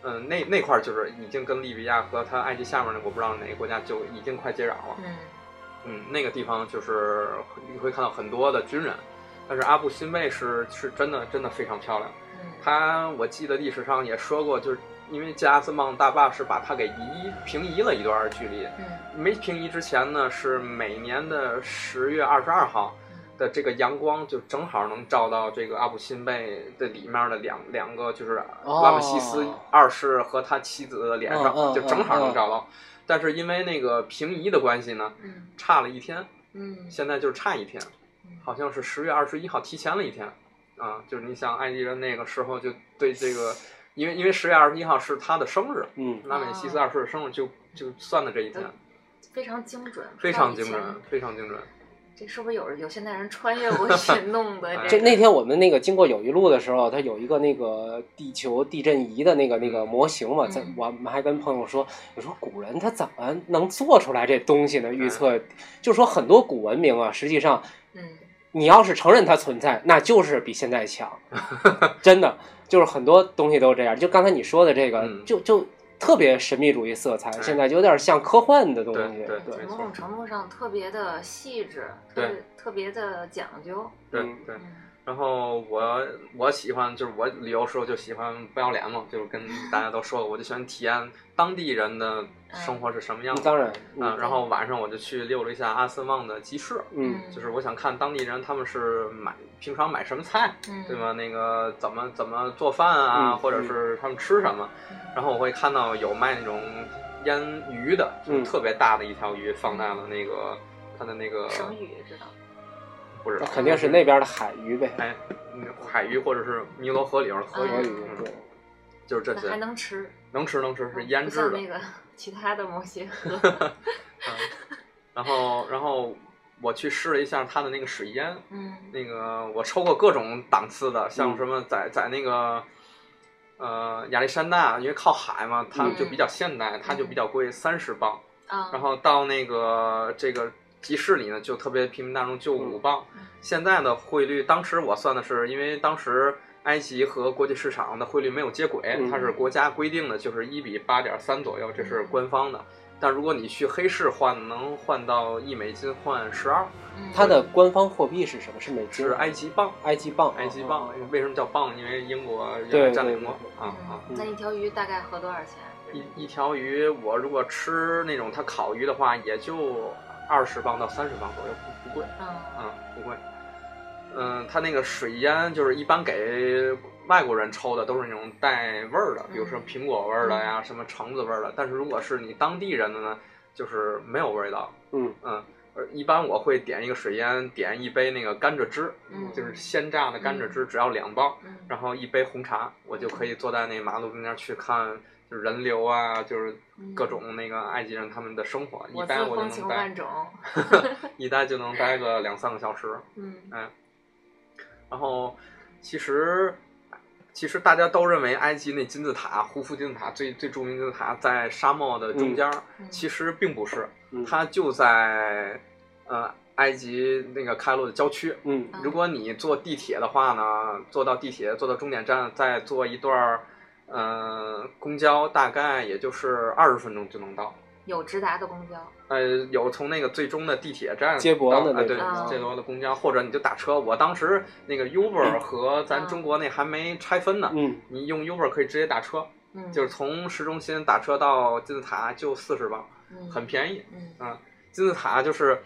嗯、那那块儿就是已经跟利比亚和它埃及下面那我不知道哪个国家就已经快接壤了。嗯嗯，那个地方就是你会看到很多的军人，但是阿布辛贝是是真的真的非常漂亮。嗯它我记得历史上也说过，就是因为加斯曼大坝是把它给移平移了一段距离。嗯没平移之前呢，是每年的十月二十二号的这个阳光就正好能照到这个阿布辛贝的里面的两两个，就是哦拉姆西斯二世和他妻子的脸上，嗯嗯就正嗯好嗯能照到。但是因为那个平移的关系呢，嗯差了一天。嗯现在就是差一天，嗯好像是十月二十一号提前了一天，啊，就是你想埃及人那个时候就对这个，因为因为十月二十一号是他的生日，嗯拉美西斯二世的生日就就算的这一天，非常精准，非常不知精道以前准，非常精准。这是不是有有现代人穿越过 [LAUGHS] 去弄的哎这这那天我们那个经过友谊路的时候，它有一个那个地球地震仪的那个那个模型嘛，在嗯我们还跟朋友说，我说古人他怎么能做出来这东西呢？预测，就说很多古文明啊，实际上嗯你要是承认它存在，那就是比现在强， [LAUGHS] 真的就是很多东西都这样。就刚才你说的这个，嗯就就特别神秘主义色彩，现在就有点像科幻的东西。对对没嗯嗯某错种程度上特别的细致，特对别特别的讲究，对嗯对，嗯然后我我喜欢就是我旅游时候就喜欢不要脸嘛，就是跟大家都说过，我就喜欢体验当地人的生活是什么样嗯的。当然，嗯，嗯然后晚上我就去溜了一下阿森旺的集市，嗯就是我想看当地人他们是买平常买什么菜，嗯对吗？那个怎么怎么做饭啊，嗯或者是他们吃什么？然后我会看到有卖那种腌鱼的，嗯特别大的一条鱼放在了那个它的那个生语知道，不是那啊肯定是那边的海鱼呗，哎嗯海鱼或者是尼罗河里边的河啊河鱼，鱼嗯对。就是这那还些，能吃，能吃能吃是嗯腌不制像的那。个其他的某 [LAUGHS] 些河，嗯然后然后我去试了一下它的那个水腌，嗯那个我抽过各种档次的，像嗯什么在在那个呃亚历山大，因为靠海嘛，它嗯就比较现代，它就比较贵，三十磅。啊，然后到那个这个集市里呢，就特别平民大众，就五磅嗯。现在的汇率，当时我算的是，因为当时埃及和国际市场的汇率没有接轨，嗯它是国家规定的，就是一比八点三左右，这是官方的。但如果你去黑市换，能换到一美金换十二，嗯它的官方货币是什么？是美金？是埃及镑。埃及镑？埃及哦镑，哎为什么叫镑？因为英国原对来占领过对对啊啊！嗯那一条鱼大概合多少钱？一一条鱼，我如果吃那种它烤鱼的话，也就二十磅到三十磅左右，不不贵嗯啊，不贵。嗯，它那个水腌就是一般给外国人抽的都是那种带味儿的，比如说苹果味儿的呀，什么橙子味儿的。但是如果是你当地人的呢，就是没有味道。嗯嗯，而一般我会点一个水烟，点一杯那个甘蔗汁，嗯就是鲜榨的甘蔗汁，只要两磅，嗯然后一杯红茶，我就可以坐在那马路中间去看，就是人流啊，就是各种那个埃及人他们的生活。一嗯我待自我风就情能待万，种， [LAUGHS] [LAUGHS] 一待就能待个两三个小时。嗯然后其实其实大家都认为埃及那金字塔胡夫金字塔最最著名金字塔在沙漠的中间儿，嗯其实并不是，嗯它就在呃埃及那个开罗的郊区。嗯嗯如果你坐地铁的话呢，坐到地铁，坐到终点站，再坐一段儿，呃，公交，大概也就是二十分钟就能到。有直达的公交，呃，有从那个最终的地铁站接驳的到啊那对，种接驳的公交，或者你就打车。我当时那个 Uber 和咱嗯中国那还没拆分呢，嗯，你用 Uber 可以直接打车，嗯，就是从市中心打车到金字塔就四十磅，嗯很便宜。嗯金字塔就是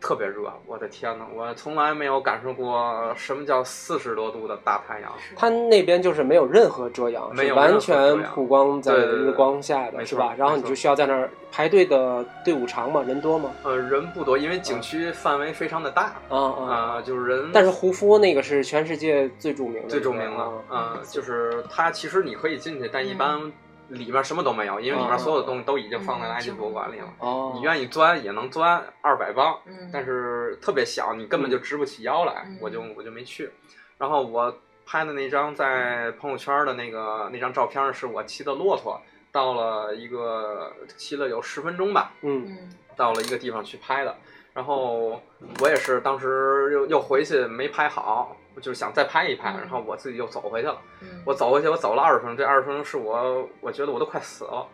特别热，我的天呐，我从来没有感受过什么叫四十多度的大太阳。是它那边就是没有任何遮阳，没有是任完何遮全阳曝光在对对对日光下的，没是错吧？然后没你错就需要在那儿排队的队伍长吗？人多吗？呃，人不多，因为景区范围非常的大，啊啊！啊，就是人。但是胡夫那个是全世界最著名的，最著名的啊，嗯，就是它其实你可以进去，但一般里面什么都没有，因为里嗯面所有的东西都已经放在嗯埃及博物馆里了。哦，你愿意钻也能钻二百磅，嗯，但是特别小，你根本就直不起腰来嗯，我就我就没去。然后我拍的那张在朋友圈的那个那张照片，是我骑的骆驼到了一个骑了有十分钟吧，嗯嗯到了一个地方去拍的。然后我也是当时又又回去没拍好，就是想再拍一拍，嗯然后我自己又走回去了。嗯，我走回去，我走了二十分钟，这二十分钟是我我觉得我都快死了，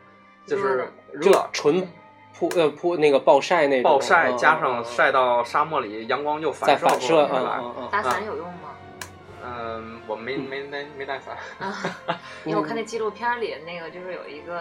就是就热。纯铺呃铺那个暴晒那种暴晒啊加啊啊上晒到沙漠里，阳光又再反射反过射来，啊啊啊！打伞有用吗？嗯，我没没没没带伞。啊 [LAUGHS] 因为我看嗯那纪录片儿里那个就是有一个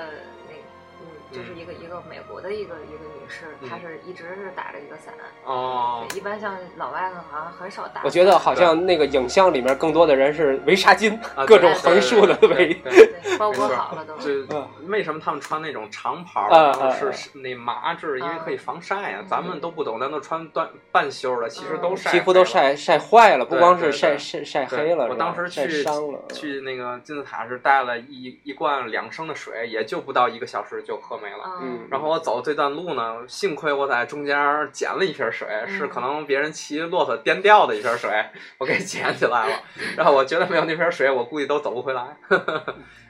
那个嗯，就是一个一个美国的一个一个女士，嗯她是一直是打着一个伞，哦，对一般像老外好像很少打伞。我觉得好像那个影像里面更多的人是围纱巾 [LAUGHS] 啊，各对种对横竖的对围对。对对包裹好了都，就嗯为什么他们穿那种长袍儿，嗯然后嗯是是那麻质，因为可以防晒啊嗯。咱们都不懂，咱都穿短半袖的，其实都晒皮肤都黑了晒晒坏了，不对光对是晒对晒晒对黑了，我是吧当时晒去伤了，去那个金字塔是带了一一罐两升的水，也就不到一个小时就喝没了。嗯嗯然后我走这段路呢，幸亏我在中间捡了一瓶水，是嗯可能别人骑骆驼颠掉的一瓶水，我给捡起来了。嗯然后我觉得没有那瓶水，我估计都走不回来。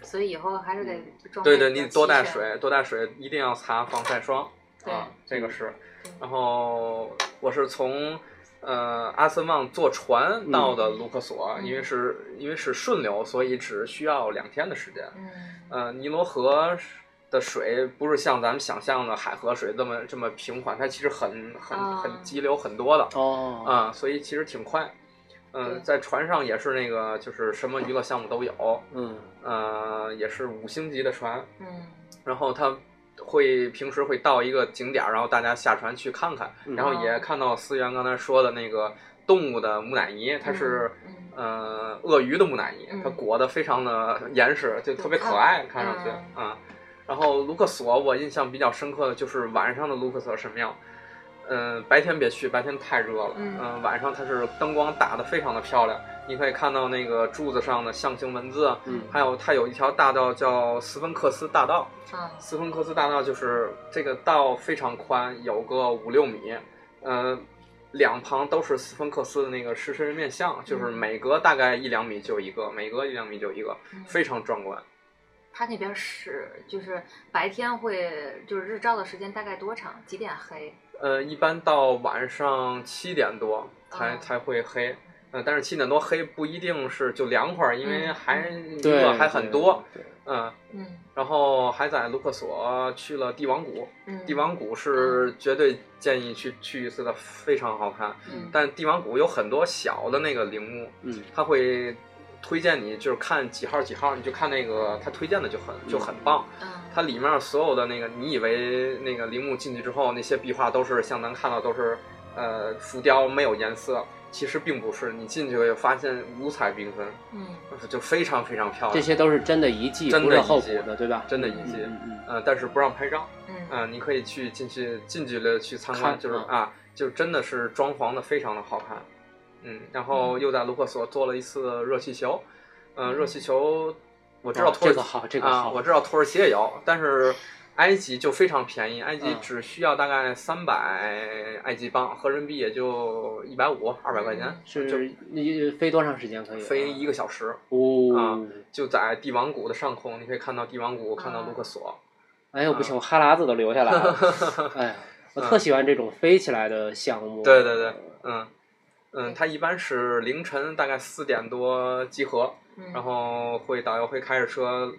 所以以后还是得装嗯对备比较齐全。 [LAUGHS] 对，你多带水，多带水，一定要擦防晒霜。对啊，这个是对。然后我是从呃阿森旺坐船到的卢克索，嗯因为是因为是顺流，所以只需要两天的时间。嗯，呃，尼罗河的水不是像咱们想象的海河水这么这么平缓，它其实很很啊很急流很多的哦，啊、所以其实挺快。嗯、对在船上也是那个，就是什么娱乐项目都有，嗯呃，也是五星级的船，嗯然后他会平时会到一个景点儿，然后大家下船去看看，嗯然后哦也看到思源刚才说的那个动物的木乃伊，它是、嗯呃鳄鱼的木乃伊嗯，它裹得非常的严实，就特别可爱，看上去啊、嗯然后卢克索，我印象比较深刻的就是晚上的卢克索神庙。嗯，白天别去，白天太热了。呃嗯晚上它是灯光打得非常的漂亮，你可以看到那个柱子上的象形文字，啊嗯还有它有一条大道叫斯芬克斯大道，啊斯芬克斯大道就是这个道非常宽，有个五六米，呃，两旁都是斯芬克斯的那个狮身人面像，就是每隔大概一两米就一个，每隔一两米就一个，嗯非常壮观。它那边是就是白天会就是日照的时间大概多长？几点黑？呃，一般到晚上七点多才、哦才会黑。呃，但是七点多黑不一定是就凉快儿，因为嗯还娱对乐，还很多，对对嗯、嗯然后还在卢克索去了帝王谷，嗯，帝王谷是绝对建议去去一次的，非常好看。嗯但帝王谷有很多小的那个陵墓，嗯它会推荐你就是看几号几号，你就看那个它推荐的就很就很棒。嗯它里面所有的那个，你以为那个陵墓进去之后那些壁画都是像咱看到都是呃浮雕没有颜色，其实并不是，你进去也发现五彩缤纷，嗯就非常非常漂亮。这些都是真的遗迹，真的不是后遗补迹的，对吧？真的遗嗯迹嗯嗯呃，但是不让拍照。嗯嗯、你可以去进去近距离的去参观，看就是嗯啊，就真的是装潢的非常的好看。嗯，然后又在卢克索做了一次热气球。嗯、热气球我知道哦土耳这个其好这个啊，好我知道土耳其也有，但是埃及就非常便宜，埃及嗯只需要大概三百埃及镑，合人民币也就一百五二百块钱嗯，是一飞多长时间可以？啊飞一个小时。哦啊，就在帝王谷的上空，你可以看到帝王谷，看到啊卢克索。哎呦不啊行，我哈喇子都流下来 [LAUGHS] 了。哎呀，我特喜欢这种飞起来的项目。嗯对对对，嗯嗯，它一般是凌晨大概四点多集合，嗯，然后会导游会开着车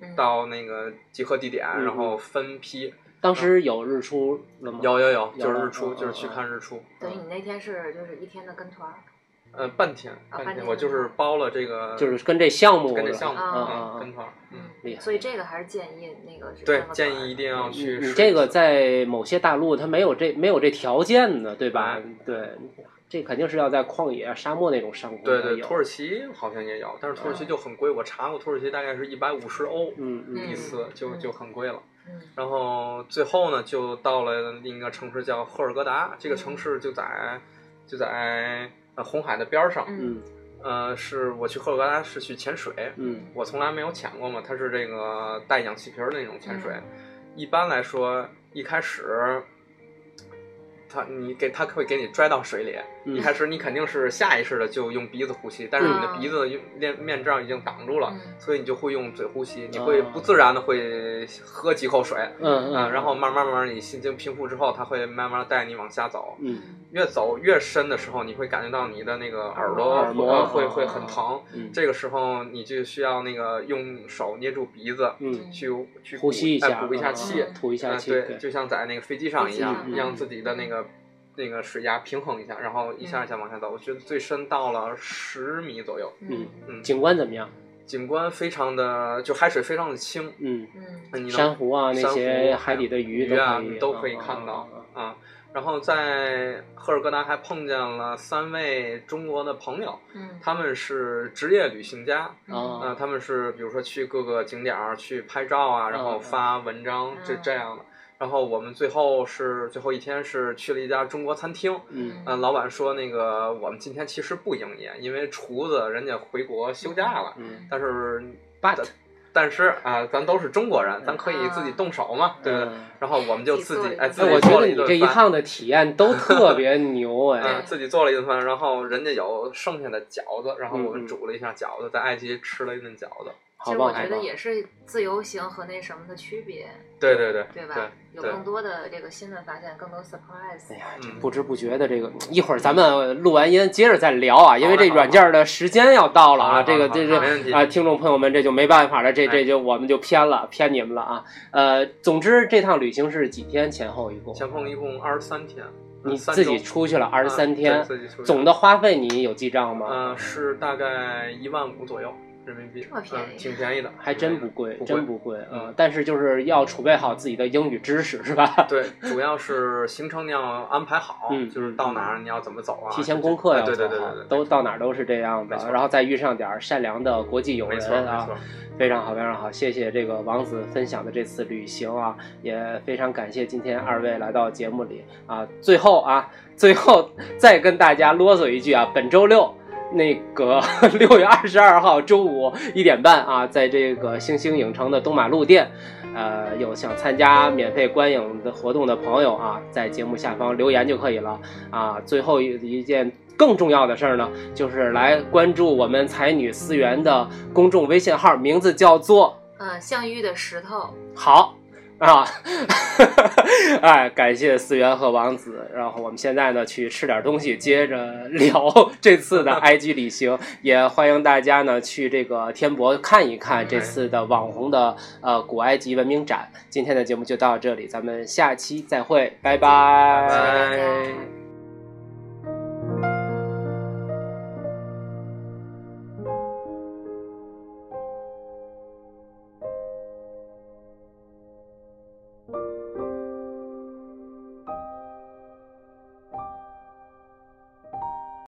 嗯到那个集合地点，嗯然后分批。当时有日出了吗？有有有，有就是了日出，嗯就是嗯去嗯看日出。等于你那天是就是一天的跟团儿，呃，半天，半啊半天，天我就是包了这个，就是跟这项目跟这项目，啊啊啊嗯，跟团儿，嗯，厉害所以这个还是建议那个是对跟，个建团儿议一定要你去试一你下。这个在某些大陆它没有这没有这条件的，对吧？嗯对，这肯定是要在旷野、啊沙漠那种上空对才对，有土耳其好像也有，但是土耳其就很贵，我查过，土耳其大概是一百五十欧嗯嗯一次，就就很贵了。嗯然后最后呢，就到了另一个城市叫赫尔格达，这个城市就在就在呃红海的边儿上。嗯嗯呃，是我去赫尔格达是去潜水，嗯我从来没有潜过嘛，它是这个带氧气瓶儿的那种潜水。一般来说，一开始。它你给它会给你拽到水里，嗯，一开始你肯定是下意识的就用鼻子呼吸，但是你的鼻子用面面罩已经挡住了，嗯所以你就会用嘴呼吸，你哦会不自然的会喝几口水，嗯啊，嗯然后慢慢慢慢你心情平复之后，它会慢慢带你往下走，嗯越走越深的时候，你会感觉到你的那个耳耳朵膜呃会哦会很疼，嗯这个时候你就需要那个用手捏住鼻子嗯，去去呼吸一哎下，补一下气，嗯吐一下啊，气，对，就像在那个飞机上一飞样机，上让自己嗯的那个那个水压平衡一下，然后一下一下往下走。我觉得最深到了十米左右，嗯嗯嗯，景观怎么样？景观非常的，就海水非常的清，嗯，嗯你能珊瑚啊，那珊瑚些海底的鱼鱼啊可以嗯都可以看到啊。然后在赫尔格达还碰见了三位中国的朋友，嗯他们是职业旅行家，哦啊啊，他们是比如说去各个景点儿去拍照啊，然后嗯发文章这嗯这样的。然后我们最后是最后一天是去了一家中国餐厅，嗯嗯，老板说那个我们今天其实不营业，因为厨子人家回国休假了，嗯但是，but 但是啊，咱都是中国人，咱可以自己动手嘛，对不对？嗯然后我们就自自己己做哎了一自哎，顿己我做觉得了一你这顿一饭。趟的体验 [LAUGHS] 都特别牛嗯，哎，自己做了一顿饭，然后人家有剩下的饺子，然后我嗯嗯们煮了一下饺子，在埃及吃了一顿饺子。其好实棒我好觉棒得！也是自由行和那什么的区别，对对对，对吧？有对更多的这个新的发现，更多 surprise。哎呀，这嗯不知不觉的这个，一会儿咱们录完音接着再聊啊，因为这软件的时间要到了好啊，嘞这个好这嘞这好嘞没问题啊，听众朋友们这就没办法了，这哎这就我们就偏了，偏你们了啊。呃，总之这趟旅行是几天前后一共，前后一共二十三天，呃你三自己周出去了二十三啊天，对自己出去总的花费你有记账吗？呃是大概一万五左右人民币，这么便宜嗯挺便宜的，还真不贵，不贵真不贵啊、嗯但是就是要储备好自己的英语知识，是吧？对，主要是行程你要安排好，嗯就是到哪儿你要怎么走啊， [LAUGHS] 提前功课要对做对好，对对对，都到哪儿都是这样的没，错然后再遇上点儿善良的国际友没人错没啊，错，非常好，非常好，谢谢这个王子分享的这次旅行啊，也非常感谢今天二位来到节目里啊。最后啊，最后再跟大家啰嗦一句啊，本周六。那个 [LAUGHS] 六月二十二号中午一点半啊，在这个星星影城的东马路店，呃，有想参加免费观影的活动的朋友啊，在节目下方留言就可以了啊。最后一一件更重要的事儿呢，就是来关注我们才女思源的公众微信号，名字叫做嗯，象玉的石头，好啊。 [LAUGHS] 哎，感谢思源和王子。然后我们现在呢去吃点东西，接着聊这次 [LAUGHS] 的埃及旅行。也欢迎大家呢去这个天博看一看这次的网红的呃古埃及文明展。今天的节目就到这里，咱们下期再会，拜拜拜谢谢大家